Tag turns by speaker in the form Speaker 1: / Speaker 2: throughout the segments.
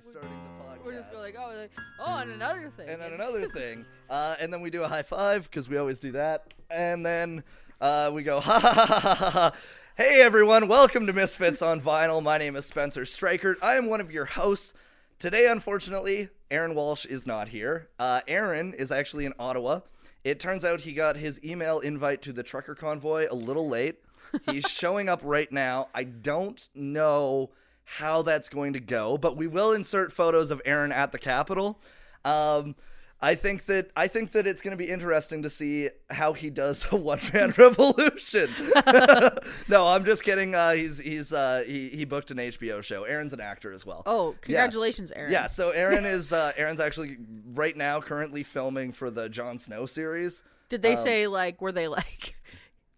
Speaker 1: starting the podcast.
Speaker 2: We're just going like, oh, like, oh, and another thing.
Speaker 1: and then another thing, uh, and then we do a high five because we always do that, and then uh, we go ha ha ha ha ha. ha. Hey everyone, welcome to Misfits on Vinyl. My name is Spencer Streichert. I am one of your hosts. Today, unfortunately, Aaron Walsh is not here. Uh, Aaron is actually in Ottawa. It turns out he got his email invite to the trucker convoy a little late. He's showing up right now. I don't know how that's going to go, but we will insert photos of Aaron at the Capitol. Um, I think that I think that it's going to be interesting to see how he does a one man revolution. no, I'm just kidding. Uh, he's he's uh, he he booked an HBO show. Aaron's an actor as well.
Speaker 2: Oh, congratulations, Aaron.
Speaker 1: Yeah, so Aaron is uh, Aaron's actually right now currently filming for the Jon Snow series.
Speaker 2: Did
Speaker 1: Um,
Speaker 2: they say like were they like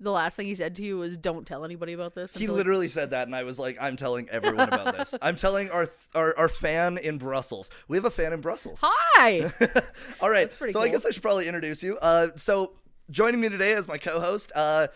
Speaker 2: the last thing he said to you was don't tell anybody about this?
Speaker 1: He
Speaker 2: until-
Speaker 1: literally said that, and I was like, "I'm telling everyone about this. I'm telling our, th- our our fan in Brussels. We have a fan in Brussels.
Speaker 2: Hi.
Speaker 1: All right, so
Speaker 2: pretty
Speaker 1: I
Speaker 2: cool.
Speaker 1: guess I should probably introduce you. Uh, so joining me today as my co-host, uh,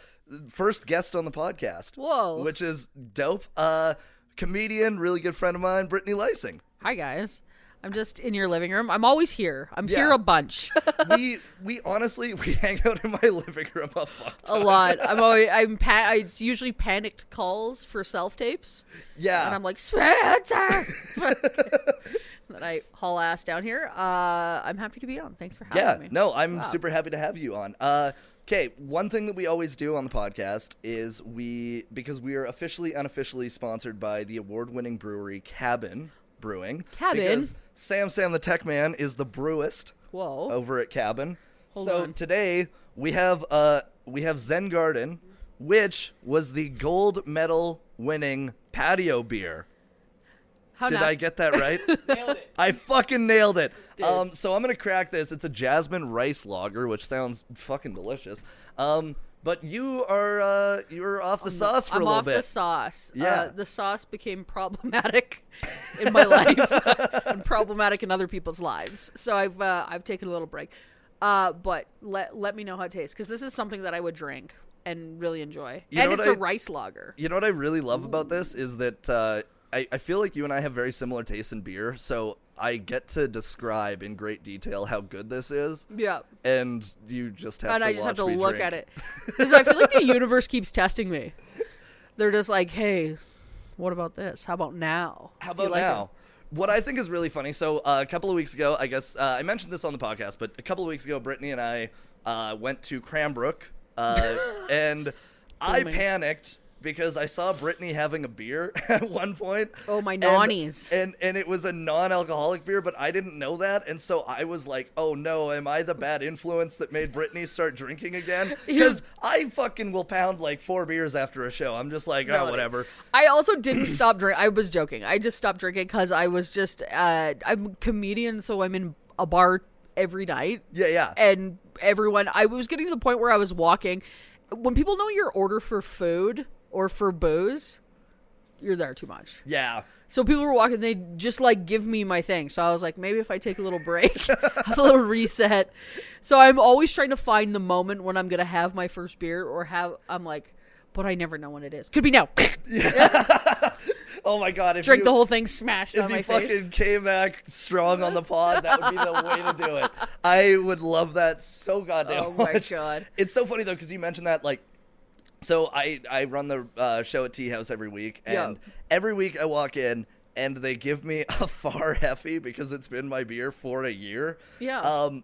Speaker 1: first guest on the podcast.
Speaker 2: Whoa.
Speaker 1: which is dope. Uh, comedian, really good friend of mine, Brittany Lysing.
Speaker 2: Hi guys. I'm just in your living room. I'm always here. I'm here
Speaker 1: Yeah.
Speaker 2: a bunch.
Speaker 1: we we honestly we hang out in my living room a fuck
Speaker 2: a lot. I'm always, I'm pa- it's usually panicked calls for self tapes.
Speaker 1: Yeah,
Speaker 2: and I'm like Spencer. then I haul ass down here. Uh, I'm happy to be on. Thanks for having
Speaker 1: yeah.
Speaker 2: me.
Speaker 1: No, I'm super happy to have you on. Uh, Okay, one thing that we always do on the podcast is we because we are officially unofficially sponsored by the award-winning brewery Cabin Brewing.
Speaker 2: Cabin?
Speaker 1: Because Sam Sam the Tech Man is the brewist
Speaker 2: Whoa.
Speaker 1: over at Cabin.
Speaker 2: Oh. Hold
Speaker 1: so
Speaker 2: on.
Speaker 1: today we have uh we have Zen Garden, which was the gold medal winning patio beer.
Speaker 2: How
Speaker 1: Did
Speaker 2: now-
Speaker 1: I get that right?
Speaker 3: Nailed it.
Speaker 1: I fucking nailed it. Um, so I'm gonna crack this. It's a jasmine rice lager, which sounds fucking delicious. Um, but you are uh, you're off the sauce for
Speaker 2: I'm
Speaker 1: a little
Speaker 2: off
Speaker 1: bit.
Speaker 2: the sauce.
Speaker 1: Yeah.
Speaker 2: Uh, the sauce became problematic in my life and problematic in other people's lives. So I've uh, I've taken a little break. Uh, but let let me know how it tastes because this is something that I would drink and really enjoy.
Speaker 1: You
Speaker 2: and
Speaker 1: know
Speaker 2: it's a
Speaker 1: what I-
Speaker 2: rice lager.
Speaker 1: you know what I really love about this is that uh, I, I feel like you and I have very similar tastes in beer, so I get to describe in great detail how good this is,
Speaker 2: Yeah.
Speaker 1: and you just have
Speaker 2: And
Speaker 1: to
Speaker 2: I just have
Speaker 1: watch
Speaker 2: to
Speaker 1: me
Speaker 2: look
Speaker 1: drink.
Speaker 2: at it because I feel like the universe keeps testing me. They're just like, hey, what about this? How about now?
Speaker 1: How
Speaker 2: Do you
Speaker 1: about
Speaker 2: like it?"
Speaker 1: now? What I think is really funny. So uh, a couple of weeks ago, I guess uh, I mentioned this on the podcast, but a couple of weeks ago, Brittany and I uh, went to Cranbrook, uh, and
Speaker 2: Oh
Speaker 1: I
Speaker 2: Booming.
Speaker 1: panicked because I saw Brittany having a beer at one point.
Speaker 2: Oh, my
Speaker 1: and-
Speaker 2: nonnies.
Speaker 1: And and it was a non-alcoholic beer, but I didn't know that, and so I was like, "Oh no, am I the bad influence that made Brittany start drinking again?" Because I fucking will pound like four beers after a show. I'm just like, "Oh,
Speaker 2: No, it-
Speaker 1: whatever."
Speaker 2: I also didn't stop drinking. I was joking. I just stopped drinking because I was just uh, I'm a comedian, so I'm in a bar every night,
Speaker 1: Yeah, yeah.
Speaker 2: and everyone. I was getting to the point where I was walking. When people know your order for food or for booze, you're there too much.
Speaker 1: yeah.
Speaker 2: So people were walking. They just like give me my thing. So I was like, maybe if I take a little break, have a little reset. So I'm always trying to find the moment when I'm gonna have my first beer or have. I'm like, but I never know when it is. Could be now.
Speaker 1: Oh my god, if
Speaker 2: drink
Speaker 1: you,
Speaker 2: the whole thing smashed on
Speaker 1: if
Speaker 2: my
Speaker 1: you
Speaker 2: face.
Speaker 1: fucking came back strong on the pod, that would be the way to do it. I would love that so goddamn
Speaker 2: Oh my
Speaker 1: much.
Speaker 2: God.
Speaker 1: It's so funny though because you mentioned that like. So I I run the uh, show at Tea House every week,
Speaker 2: Yeah.
Speaker 1: and every week I walk in and they give me a far heffy because it's been my beer for a year.
Speaker 2: Yeah.
Speaker 1: Um,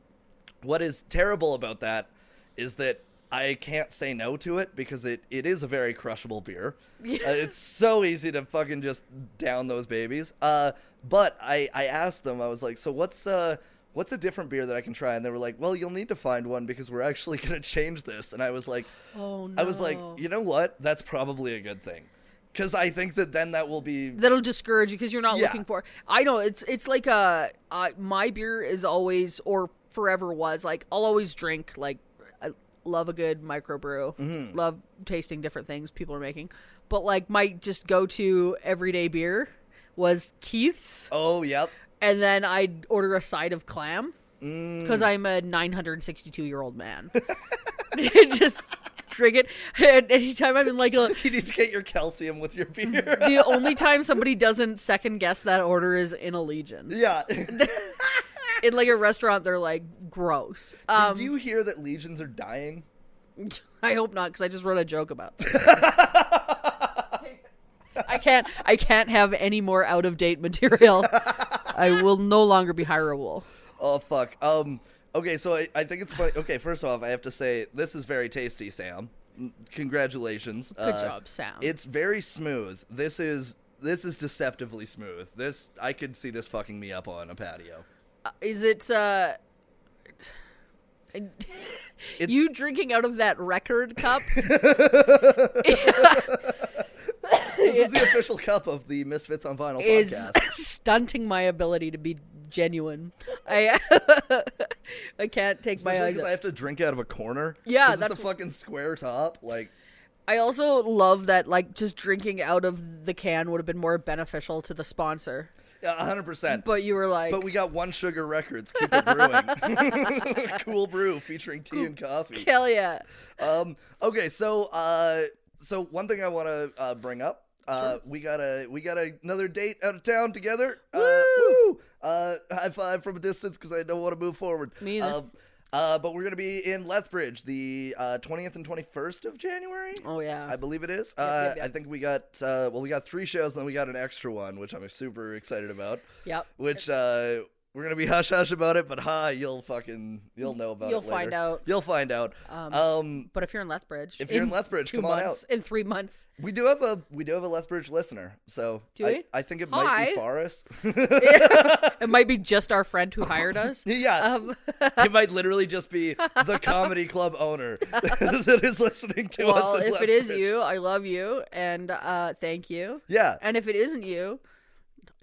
Speaker 1: what is terrible about that is that I can't say no to it because it, it is a very crushable beer. Uh, it's so easy to fucking just down those babies. Uh, but I, I asked them, I was like, so what's uh what's a different beer that I can try? And they were like, well, you'll need to find one because we're actually gonna change this. And I was like,
Speaker 2: Oh no!
Speaker 1: I was like, you know what? That's probably a good thing because I think that then that will be
Speaker 2: that'll discourage you because you're not
Speaker 1: Yeah.
Speaker 2: looking for. I know it's it's like a uh, my beer is always or forever was like I'll always drink like I love a good microbrew,
Speaker 1: Mm-hmm.
Speaker 2: love tasting different things people are making, but like my just go to everyday beer was Keith's,
Speaker 1: oh yep
Speaker 2: and then I'd order a side of
Speaker 1: Mm.
Speaker 2: clam because I'm a 962 year old man. just drink it. And anytime I'm in like a
Speaker 1: You need to get your calcium with your beer.
Speaker 2: the only time somebody doesn't second guess that order is in a legion.
Speaker 1: yeah.
Speaker 2: In like a restaurant, they're like gross. Um,
Speaker 1: Did you hear that legions are dying?
Speaker 2: I hope not, because I just wrote a joke about. That. I can't. I can't have any more out of date material. I will no longer be hireable.
Speaker 1: Oh fuck. Um. Okay, so I, I think it's funny. Okay, first off, I have to say this is very tasty, Sam. N- Congratulations. Uh,
Speaker 2: Good job, Sam.
Speaker 1: It's very smooth. This is this is deceptively smooth. This I could see this fucking me up on a patio.
Speaker 2: Uh, Is it? uh
Speaker 1: It's,
Speaker 2: You drinking out of that record cup?
Speaker 1: this is the official cup of the Misfits on Vinyl
Speaker 2: is
Speaker 1: podcast.
Speaker 2: stunting my ability to be genuine. I I can't take my
Speaker 1: Especially
Speaker 2: eyes.
Speaker 1: 'cause I
Speaker 2: off-
Speaker 1: have to drink out of a corner.
Speaker 2: Yeah,
Speaker 1: 'Cause
Speaker 2: that's
Speaker 1: it's a fucking square top. Like,
Speaker 2: I also love that like just drinking out of the can would have been more beneficial to the sponsor.
Speaker 1: yeah, hundred percent.
Speaker 2: But you were like,
Speaker 1: But we got One Sugar Records, keep it brewing. cool brew featuring tea and coffee.
Speaker 2: hell yeah.
Speaker 1: Um, okay, so uh, so one thing I want to uh, bring up. Uh, We got a we got a, another date out of town together. Uh, woo! Uh, high five from a distance because I don't want to move forward.
Speaker 2: Me either.
Speaker 1: Um, uh, but we're gonna be in Lethbridge the uh, twentieth and twenty first of January.
Speaker 2: Oh yeah.
Speaker 1: I believe it is. uh,
Speaker 2: yep, yep.
Speaker 1: I think we got uh, well, we got three shows, and then we got an extra one, which I'm super excited about.
Speaker 2: Yep.
Speaker 1: Which uh, we're gonna be hush hush about it, but ha, you'll fucking you'll know about
Speaker 2: You'll
Speaker 1: it.
Speaker 2: find
Speaker 1: later.
Speaker 2: out.
Speaker 1: You'll find out. Um, um,
Speaker 2: but if you're in Lethbridge,
Speaker 1: If you're in Lethbridge,
Speaker 2: two
Speaker 1: come on out.
Speaker 2: months, in three months,
Speaker 1: we do have a we do have a Lethbridge listener, so
Speaker 2: Do
Speaker 1: I,
Speaker 2: we?
Speaker 1: I think it might
Speaker 2: Hi.
Speaker 1: be Forrest.
Speaker 2: it might be just our friend who hired us.
Speaker 1: yeah,
Speaker 2: Um,
Speaker 1: it might literally just be the comedy club owner that is listening to us.
Speaker 2: well,
Speaker 1: in
Speaker 2: if it is
Speaker 1: Lethbridge.
Speaker 2: you, I love you and uh, thank you.
Speaker 1: yeah,
Speaker 2: And if it isn't you,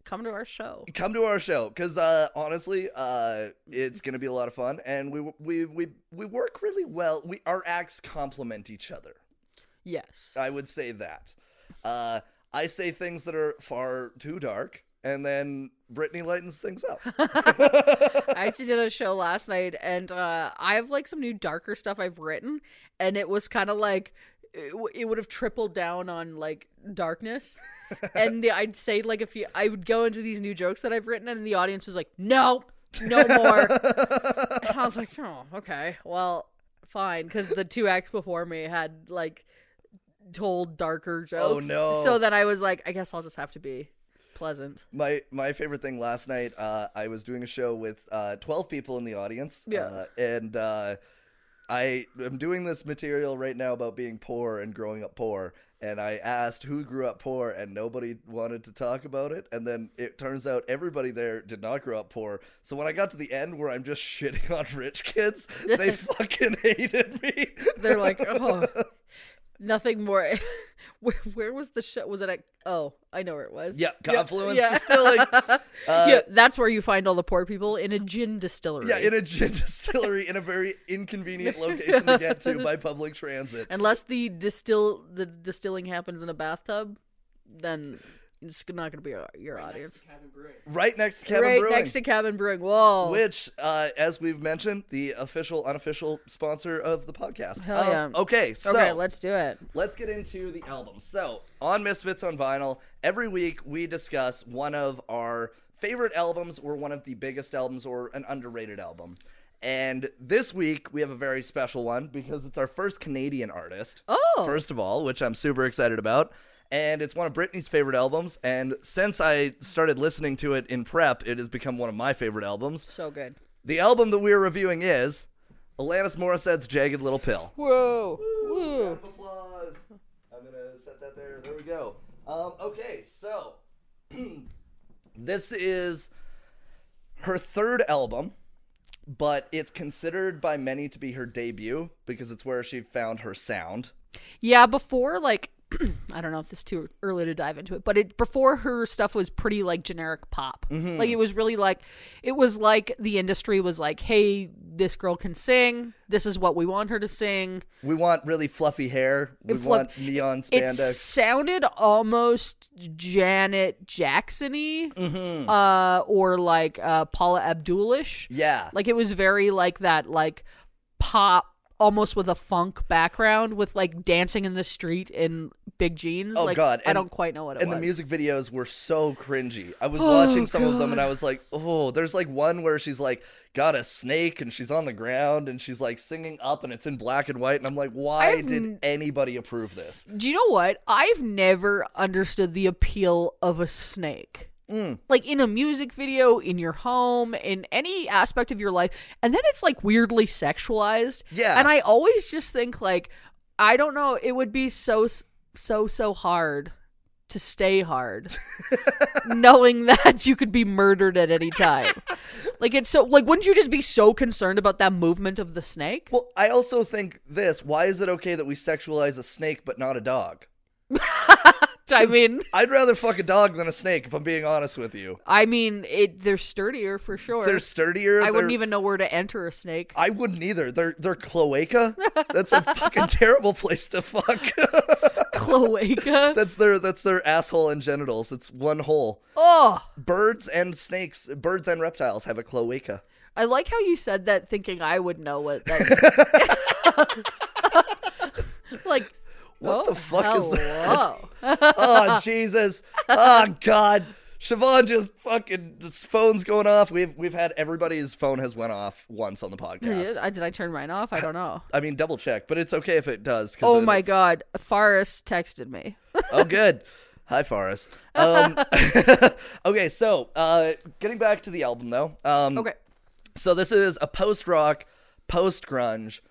Speaker 2: come to our show.
Speaker 1: come to our show because uh, honestly, uh, it's gonna be a lot of fun, and we we we we work really well. We our acts complement each other.
Speaker 2: Yes.
Speaker 1: I would say that. Uh, I say things that are far too dark, and then Brittany lightens things up.
Speaker 2: I actually did a show last night and uh, I have like some new darker stuff I've written and it was kind of like it, w- it would have tripled down on like darkness and the, I'd say like a few I would go into these new jokes that I've written and the audience was like no no more and I was like oh okay well fine because the two acts before me had like told darker jokes
Speaker 1: no.
Speaker 2: so then I was like I guess I'll just have to be pleasant
Speaker 1: My my favorite thing last night, uh, I was doing a show with uh, twelve people in the audience.
Speaker 2: Yeah.
Speaker 1: uh, and uh, I am doing this material right now about being poor and growing up poor. And I asked who grew up poor, and nobody wanted to talk about it. And then it turns out everybody there did not grow up poor. So when I got to the end where I'm just shitting on rich kids, they fucking hated me.
Speaker 2: They're like, oh, nothing more. where, where was the show? Was it at? Oh, I know where it was.
Speaker 1: Yeah, Confluence
Speaker 2: yeah.
Speaker 1: Distilling. Uh,
Speaker 2: yeah, that's where you find all the poor people in a gin distillery.
Speaker 1: Yeah, in a gin distillery in a very inconvenient location to get to by public transit.
Speaker 2: Unless the distill the distilling happens in a bathtub, then it's not going to be your, your audience.
Speaker 1: Right next to Cabin
Speaker 2: Right
Speaker 1: Brewing.
Speaker 2: next to Cabin Brewing. Whoa.
Speaker 1: which, uh, as we've mentioned, the official, unofficial sponsor of the podcast.
Speaker 2: Hell
Speaker 1: Um,
Speaker 2: yeah.
Speaker 1: Okay, so
Speaker 2: okay, let's do it.
Speaker 1: Let's get into the album. So, on Misfits on Vinyl, every week we discuss one of our favorite albums or one of the biggest albums or an underrated album. And this week we have a very special one because it's our first Canadian artist.
Speaker 2: Oh.
Speaker 1: First of all, which I'm super excited about. And it's one of Britney's favorite albums. And since I started listening to it in prep, it has become one of my favorite albums.
Speaker 2: So good.
Speaker 1: The album that we're reviewing is Alanis Morissette's Jagged Little Pill.
Speaker 2: Whoa.
Speaker 1: Round of applause. I'm gonna set that there. There we go. Um, okay, so this is her third album, but it's considered by many to be her debut because it's where she found her sound.
Speaker 2: Yeah, before like I don't know if this is too early to dive into it, but it before her stuff was pretty like generic pop. Like it was really like it was like the industry was like, "Hey, this girl can sing. This is what we want her to sing."
Speaker 1: We want really fluffy hair. We
Speaker 2: It fluff-
Speaker 1: want neon
Speaker 2: It
Speaker 1: spandex.
Speaker 2: sounded almost Janet Jacksony, uh, or like uh, Paula Abdulish.
Speaker 1: yeah,
Speaker 2: Like it was very like that like pop almost with a funk background with like dancing in the street in big jeans.
Speaker 1: Oh,
Speaker 2: like,
Speaker 1: God,
Speaker 2: I
Speaker 1: and-
Speaker 2: don't quite know what it
Speaker 1: and
Speaker 2: was. Oh,
Speaker 1: the music videos were so cringy. I was watching some of them and I was like, oh, there's like one where she's like got a snake and she's on the ground and she's like singing up and it's in black and white and I'm like, why
Speaker 2: I've
Speaker 1: did
Speaker 2: n-
Speaker 1: anybody approve this?
Speaker 2: Do you know what? I've never understood the appeal of a snake.
Speaker 1: Mm.
Speaker 2: Like in a music video, in your home, in any aspect of your life. And then it's like weirdly sexualized.
Speaker 1: Yeah.
Speaker 2: And I always just think, like, I don't know, it would be so, so, so hard to stay hard knowing that you could be murdered at any time. like, it's so, like, wouldn't you just be so concerned about that movement of the snake?
Speaker 1: Well, I also think this, why is it okay that we sexualize a snake but not a dog?
Speaker 2: I mean.
Speaker 1: I'd rather fuck a dog than a snake if I'm being honest with you.
Speaker 2: I mean, it they're sturdier for sure.
Speaker 1: They're sturdier.
Speaker 2: I wouldn't
Speaker 1: they're-
Speaker 2: even know where to enter a snake.
Speaker 1: I wouldn't either. They're they're cloaca. That's a fucking terrible place to fuck.
Speaker 2: Cloaca.
Speaker 1: that's their that's their asshole and genitals. It's one hole.
Speaker 2: oh,
Speaker 1: Birds and snakes, birds and reptiles have a cloaca.
Speaker 2: I like how you said that, thinking I would know what. That like,
Speaker 1: What the
Speaker 2: oh,
Speaker 1: fuck is
Speaker 2: hello.
Speaker 1: oh Jesus! Oh God! Siobhan just fucking this phone's going off. We've we've had everybody's phone has went off once on the podcast.
Speaker 2: Did I did I turn mine off? I don't know.
Speaker 1: I mean, double check, but it's okay if it does. 'cause
Speaker 2: Oh
Speaker 1: then
Speaker 2: my
Speaker 1: it's-
Speaker 2: god, Faris texted me.
Speaker 1: oh good hi forrest um, okay so uh, getting back to the album though um,
Speaker 2: Okay,
Speaker 1: so this is a post-rock post-grunge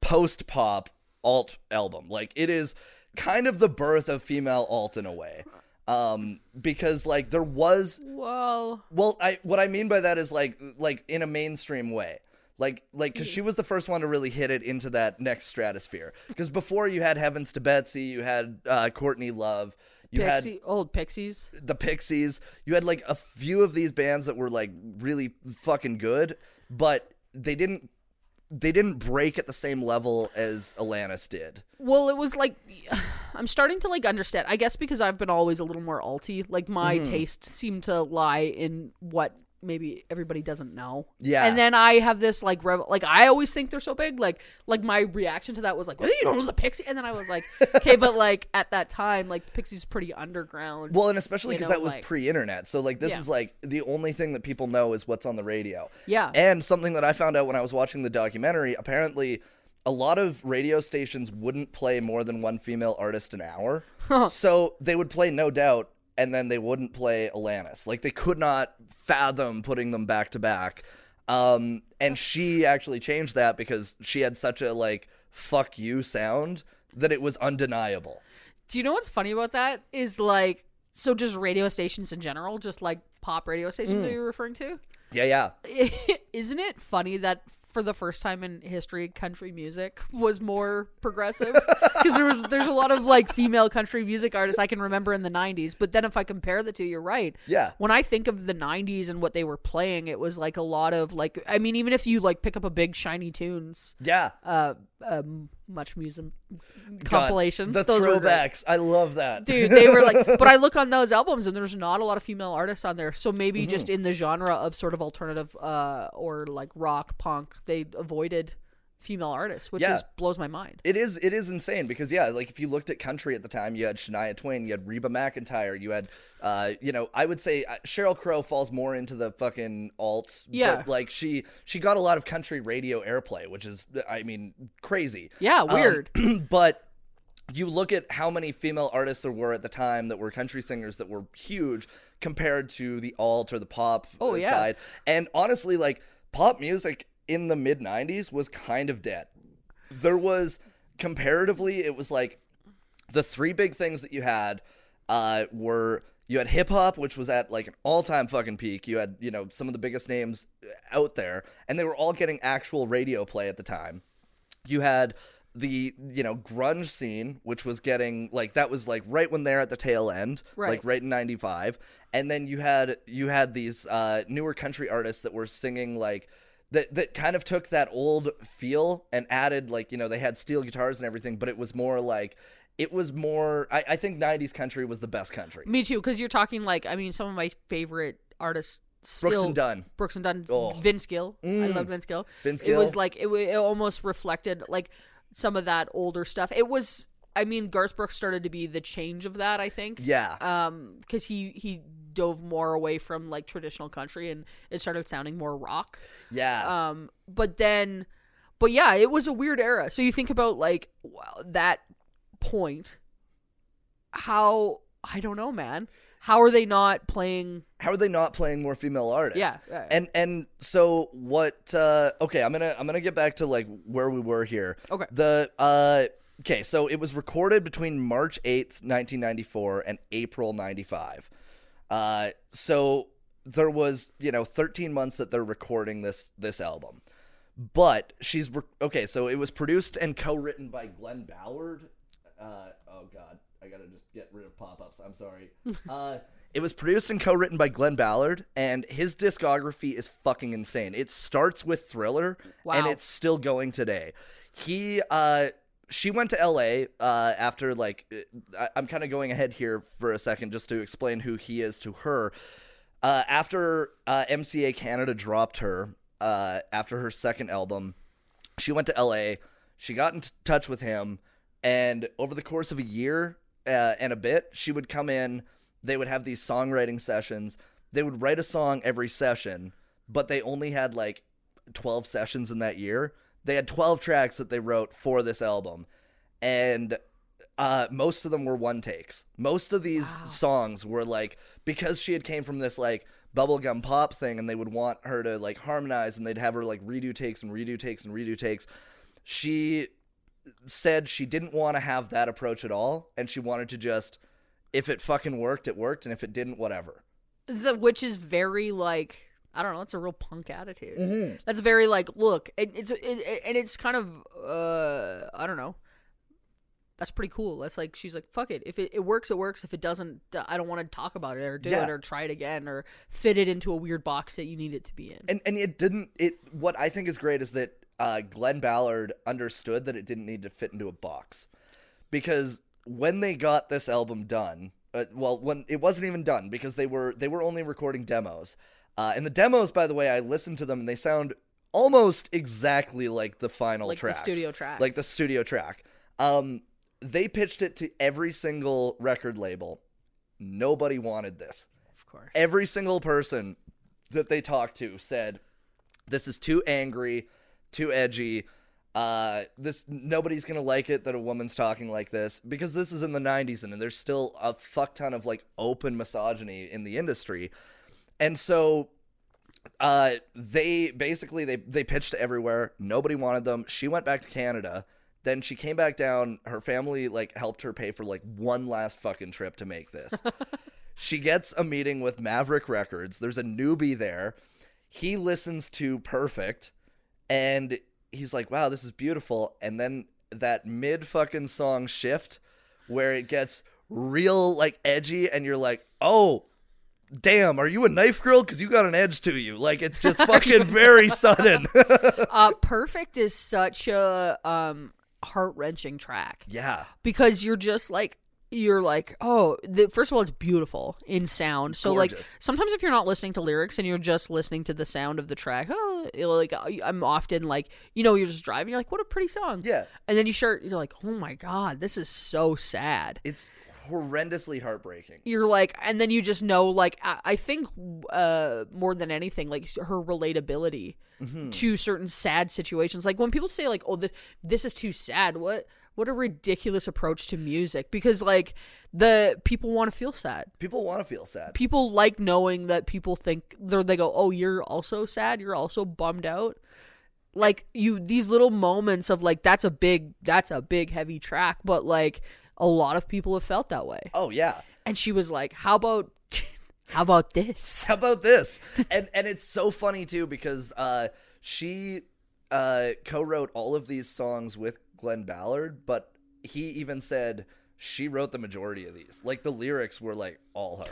Speaker 1: post-pop alt album like it is kind of the birth of female alt in a way um, because like there was
Speaker 2: well,
Speaker 1: well, I what I mean by that is like like in a mainstream way. Like like cuz she was the first one to really hit it into that next stratosphere. Cuz before you had Heavens to Betsy, you had uh, Courtney Love, you
Speaker 2: Pixie, old Pixies.
Speaker 1: had the Pixies, you had like a few of these bands that were like really fucking good, but they didn't they didn't break at the same level as Alanis did.
Speaker 2: Well, it was like I'm starting to like understand. I guess because I've been always a little more alty. Like my
Speaker 1: Mm-hmm.
Speaker 2: tastes seem to lie in what maybe everybody doesn't know.
Speaker 1: Yeah.
Speaker 2: And then I have this like revel like I always think they're so big. Like like my reaction to that was like, well, you don't know the Pixie and then I was like, okay, but like at that time, like Pixie's pretty underground.
Speaker 1: Well, and especially
Speaker 2: you
Speaker 1: because
Speaker 2: know,
Speaker 1: that was
Speaker 2: like-
Speaker 1: pre-internet, so like this
Speaker 2: Yeah.
Speaker 1: is like the only thing that people know is what's on the radio.
Speaker 2: Yeah.
Speaker 1: And something that I found out when I was watching the documentary, apparently, a lot of radio stations wouldn't play more than one female artist an hour, so they would play No Doubt, and then they wouldn't play Alanis. Like they could not fathom putting them back to back. Um, and she actually changed that because she had such a like "fuck you" sound that it was undeniable.
Speaker 2: Do you know what's funny about that? Is like so just radio stations in general, just like pop radio stations
Speaker 1: Mm.
Speaker 2: that you're referring to?
Speaker 1: Yeah, yeah.
Speaker 2: isn't it funny that for the first time in history country music was more progressive because there was there's a lot of like female country music artists i can remember in the 90s but then if i compare the two you're right
Speaker 1: Yeah.
Speaker 2: when i think of the 90s and what they were playing it was like a lot of like i mean even if you like pick up a big shiny tunes
Speaker 1: Yeah.
Speaker 2: uh um much music
Speaker 1: God,
Speaker 2: compilation
Speaker 1: The
Speaker 2: those were great.
Speaker 1: throwbacks. I love that.
Speaker 2: Dude, they were like, but I look on those albums and there's not a lot of female artists on there. So maybe
Speaker 1: Mm-hmm.
Speaker 2: just in the genre of sort of alternative uh, or like rock punk, they avoided female artists, which
Speaker 1: Yeah.
Speaker 2: is blows my mind.
Speaker 1: It is it is insane because yeah, like if you looked at country at the time, you had Shania Twain, you had Reba McIntyre, you had uh, you know, I would say uh, Cheryl Crow falls more into the fucking alt.
Speaker 2: Yeah.
Speaker 1: but like she she got a lot of country radio airplay, which is I mean crazy.
Speaker 2: Yeah,
Speaker 1: Um,
Speaker 2: weird.
Speaker 1: but you look at how many female artists there were at the time that were country singers that were huge compared to the alt or the pop
Speaker 2: Oh,
Speaker 1: uh,
Speaker 2: yeah.
Speaker 1: side. And honestly, like pop music in the mid 90s was kind of dead. There was comparatively, it was like the three big things that you had uh, were you had hip hop, which was at like an all time fucking peak. You had, you know, some of the biggest names uh, out there, and they were all getting actual radio play at the time you had the you know grunge scene which was getting like that was like right when they're at the tail end like
Speaker 2: Right.
Speaker 1: right in 95 and then you had you had these uh newer country artists that were singing like that that kind of took that old feel and added like you know they had steel guitars and everything but it was more like it was more i, I think 90s country was the best country
Speaker 2: Me too, because you're talking like, I mean, some of my favorite artists still
Speaker 1: Brooks and Dunn.
Speaker 2: Brooks and Dunn,
Speaker 1: Oh. Mm.
Speaker 2: Vince Gill. I love Vince Gill.
Speaker 1: Vince
Speaker 2: It
Speaker 1: Gill.
Speaker 2: was like it, wa- it almost reflected like some of that older stuff. It was. I mean, Garth Brooks started to be the change of that. I think.
Speaker 1: Yeah.
Speaker 2: Um, because he he dove more away from like traditional country and it started sounding more rock.
Speaker 1: yeah.
Speaker 2: Um, but then, but yeah, it was a weird era. So you think about like wow, that point. How I don't know, man. How are they not playing?
Speaker 1: How are they not playing more female artists?
Speaker 2: Yeah, yeah.
Speaker 1: And and so what uh okay, I'm going to I'm going to get back to like where we were here.
Speaker 2: Okay.
Speaker 1: The uh okay, so it was recorded between March 8th, 1994 and April 95. Uh so there was, you know, 13 months that they're recording this this album. But she's re- okay, so it was produced and co-written by Glenn Ballard. Uh, oh god, I gotta just get rid of pop-ups. I'm sorry. uh, it was produced and co-written by Glenn Ballard, and his discography is fucking insane. It starts with Thriller, and
Speaker 2: Wow.
Speaker 1: it's still going today. He, uh, she went to L.A. Uh, after like, uh, I- I'm kind of going ahead here for a second just to explain who he is to her uh, after uh, MCA Canada dropped her uh, after her second album, she went to LA. She got in t- touch with him, and over the course of a year uh, and a bit, she would come in. They would have these songwriting sessions. They would write a song every session, but they only had like 12 sessions in that year. They had 12 tracks that they wrote for this album, and uh, most of them were one takes. Most of these songs were like because she had came from this like bubblegum pop thing, and they would want her to like harmonize, and they'd have her like redo takes and redo takes and redo takes. She said she didn't want to have that approach at all, and she wanted to just if it fucking worked, it worked, and if it didn't, whatever.
Speaker 2: the- which is very like I don't know. It's a real punk
Speaker 1: Mm-hmm.
Speaker 2: attitude. That's very like look. It, it's it, it- and it's kind of uh I don't know. That's pretty cool. That's like she's like fuck it. If it, it works, it works. If it doesn't, uh, I don't want to talk about it or do
Speaker 1: Yeah.
Speaker 2: it or try it again or fit it into a weird box that you need it to be in.
Speaker 1: And and it didn't. It what I think is great is that uh, Glenn Ballard understood that it didn't need to fit into a box, because when they got this album done, uh, well, when it wasn't even done because they were they were only recording demos, uh, and the demos, by the way, I listened to them and they sound almost exactly like the final
Speaker 2: Like the
Speaker 1: track,
Speaker 2: studio track.
Speaker 1: like the studio track. Um, they pitched it to every single record label. Nobody wanted this
Speaker 2: of course.
Speaker 1: every single person that they talked to said this is too angry too edgy uh this nobody's gonna like it that a woman's talking like this because this is in the 90s and there's still a fuck ton of like open misogyny in the industry and so uh they basically they they pitched to everywhere nobody wanted them she went back to canada then she came back down her family like helped her pay for like one last fucking trip to make this she gets a meeting with Maverick Records. There's a newbie there. He listens to Perfect and he's like, wow, this is beautiful. And then that mid fucking song shift where it gets real like edgy and you're like, oh, damn, are you a knife girl? Because you got an edge to you. Like it's just fucking very sudden.
Speaker 2: uh, perfect is such a um heart wrenching track.
Speaker 1: yeah.
Speaker 2: because you're just like you're like oh the, first of all it's beautiful in sound so
Speaker 1: Gorgeous.
Speaker 2: like sometimes if you're not listening to lyrics and you're just listening to the sound of the track oh you know, like I- i'm often like you know you're just driving you're like what a pretty song
Speaker 1: Yeah.
Speaker 2: and then you start you're like oh my god this is so sad
Speaker 1: It's horrendously heartbreaking.
Speaker 2: you're like and then you just know like i, I think uh more than anything like her relatability to certain sad situations like when people say like oh this this is too sad what what a ridiculous approach to music because like the people want to feel sad
Speaker 1: People want to feel sad.
Speaker 2: people like knowing that people think they they go oh you're also sad you're also bummed out like you these little moments of like that's a big that's a big heavy track but like a lot of people have felt that way
Speaker 1: Oh, yeah.
Speaker 2: and she was like, "How about, how about this?"
Speaker 1: how about this and and it's so funny too because uh she uh co-wrote all of these songs with glenn ballard but he even said she wrote the majority of these like the lyrics were like all her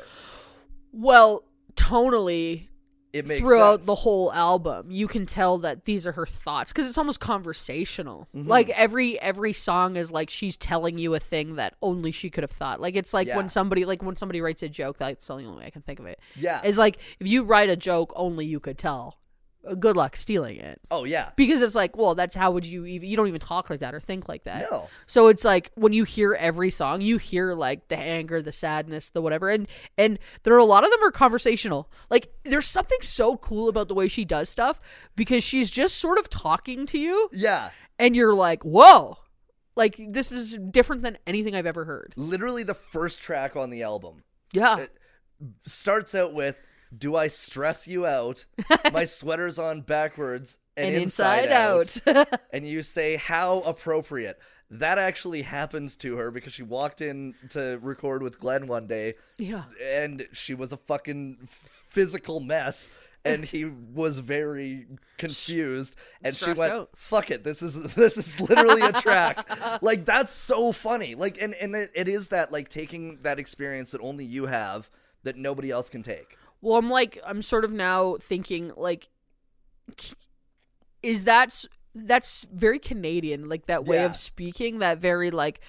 Speaker 2: Well, tonally,
Speaker 1: it makes
Speaker 2: throughout
Speaker 1: sense.
Speaker 2: the whole album you can tell that these are her thoughts because it's almost conversational
Speaker 1: Mm-hmm.
Speaker 2: like every every song is like she's telling you a thing that only she could have thought like it's like
Speaker 1: Yeah.
Speaker 2: when somebody like when somebody writes a joke that's the only way i can think of it
Speaker 1: Yeah.
Speaker 2: it's like if you write a joke only you could tell Uh, good luck stealing it
Speaker 1: oh yeah.
Speaker 2: because it's like well that's how would you even you don't even talk like that or think like that
Speaker 1: No.
Speaker 2: so it's like when you hear every song you hear like the anger the sadness the whatever and and there are a lot of them are conversational like there's something so cool about the way she does stuff because she's just sort of talking to you
Speaker 1: Yeah.
Speaker 2: and you're like whoa like this is different than anything i've ever heard
Speaker 1: Literally the first track on the album
Speaker 2: yeah
Speaker 1: starts out with "Do I stress you out? My sweater's on backwards and,
Speaker 2: and
Speaker 1: inside,
Speaker 2: inside
Speaker 1: out.
Speaker 2: out,
Speaker 1: and you say how appropriate. That actually happened to her because she walked in to record with Glenn one day
Speaker 2: yeah
Speaker 1: and she was a fucking physical mess and he was very confused and she
Speaker 2: stressed
Speaker 1: went
Speaker 2: out.
Speaker 1: fuck it this is this is literally a track like that's so funny like and and it, it is that like taking that experience that only you have that nobody else can take
Speaker 2: Well, I'm like, I'm sort of now thinking, like, c- is that s- that's very Canadian, like that way
Speaker 1: Yeah.
Speaker 2: of speaking, that very like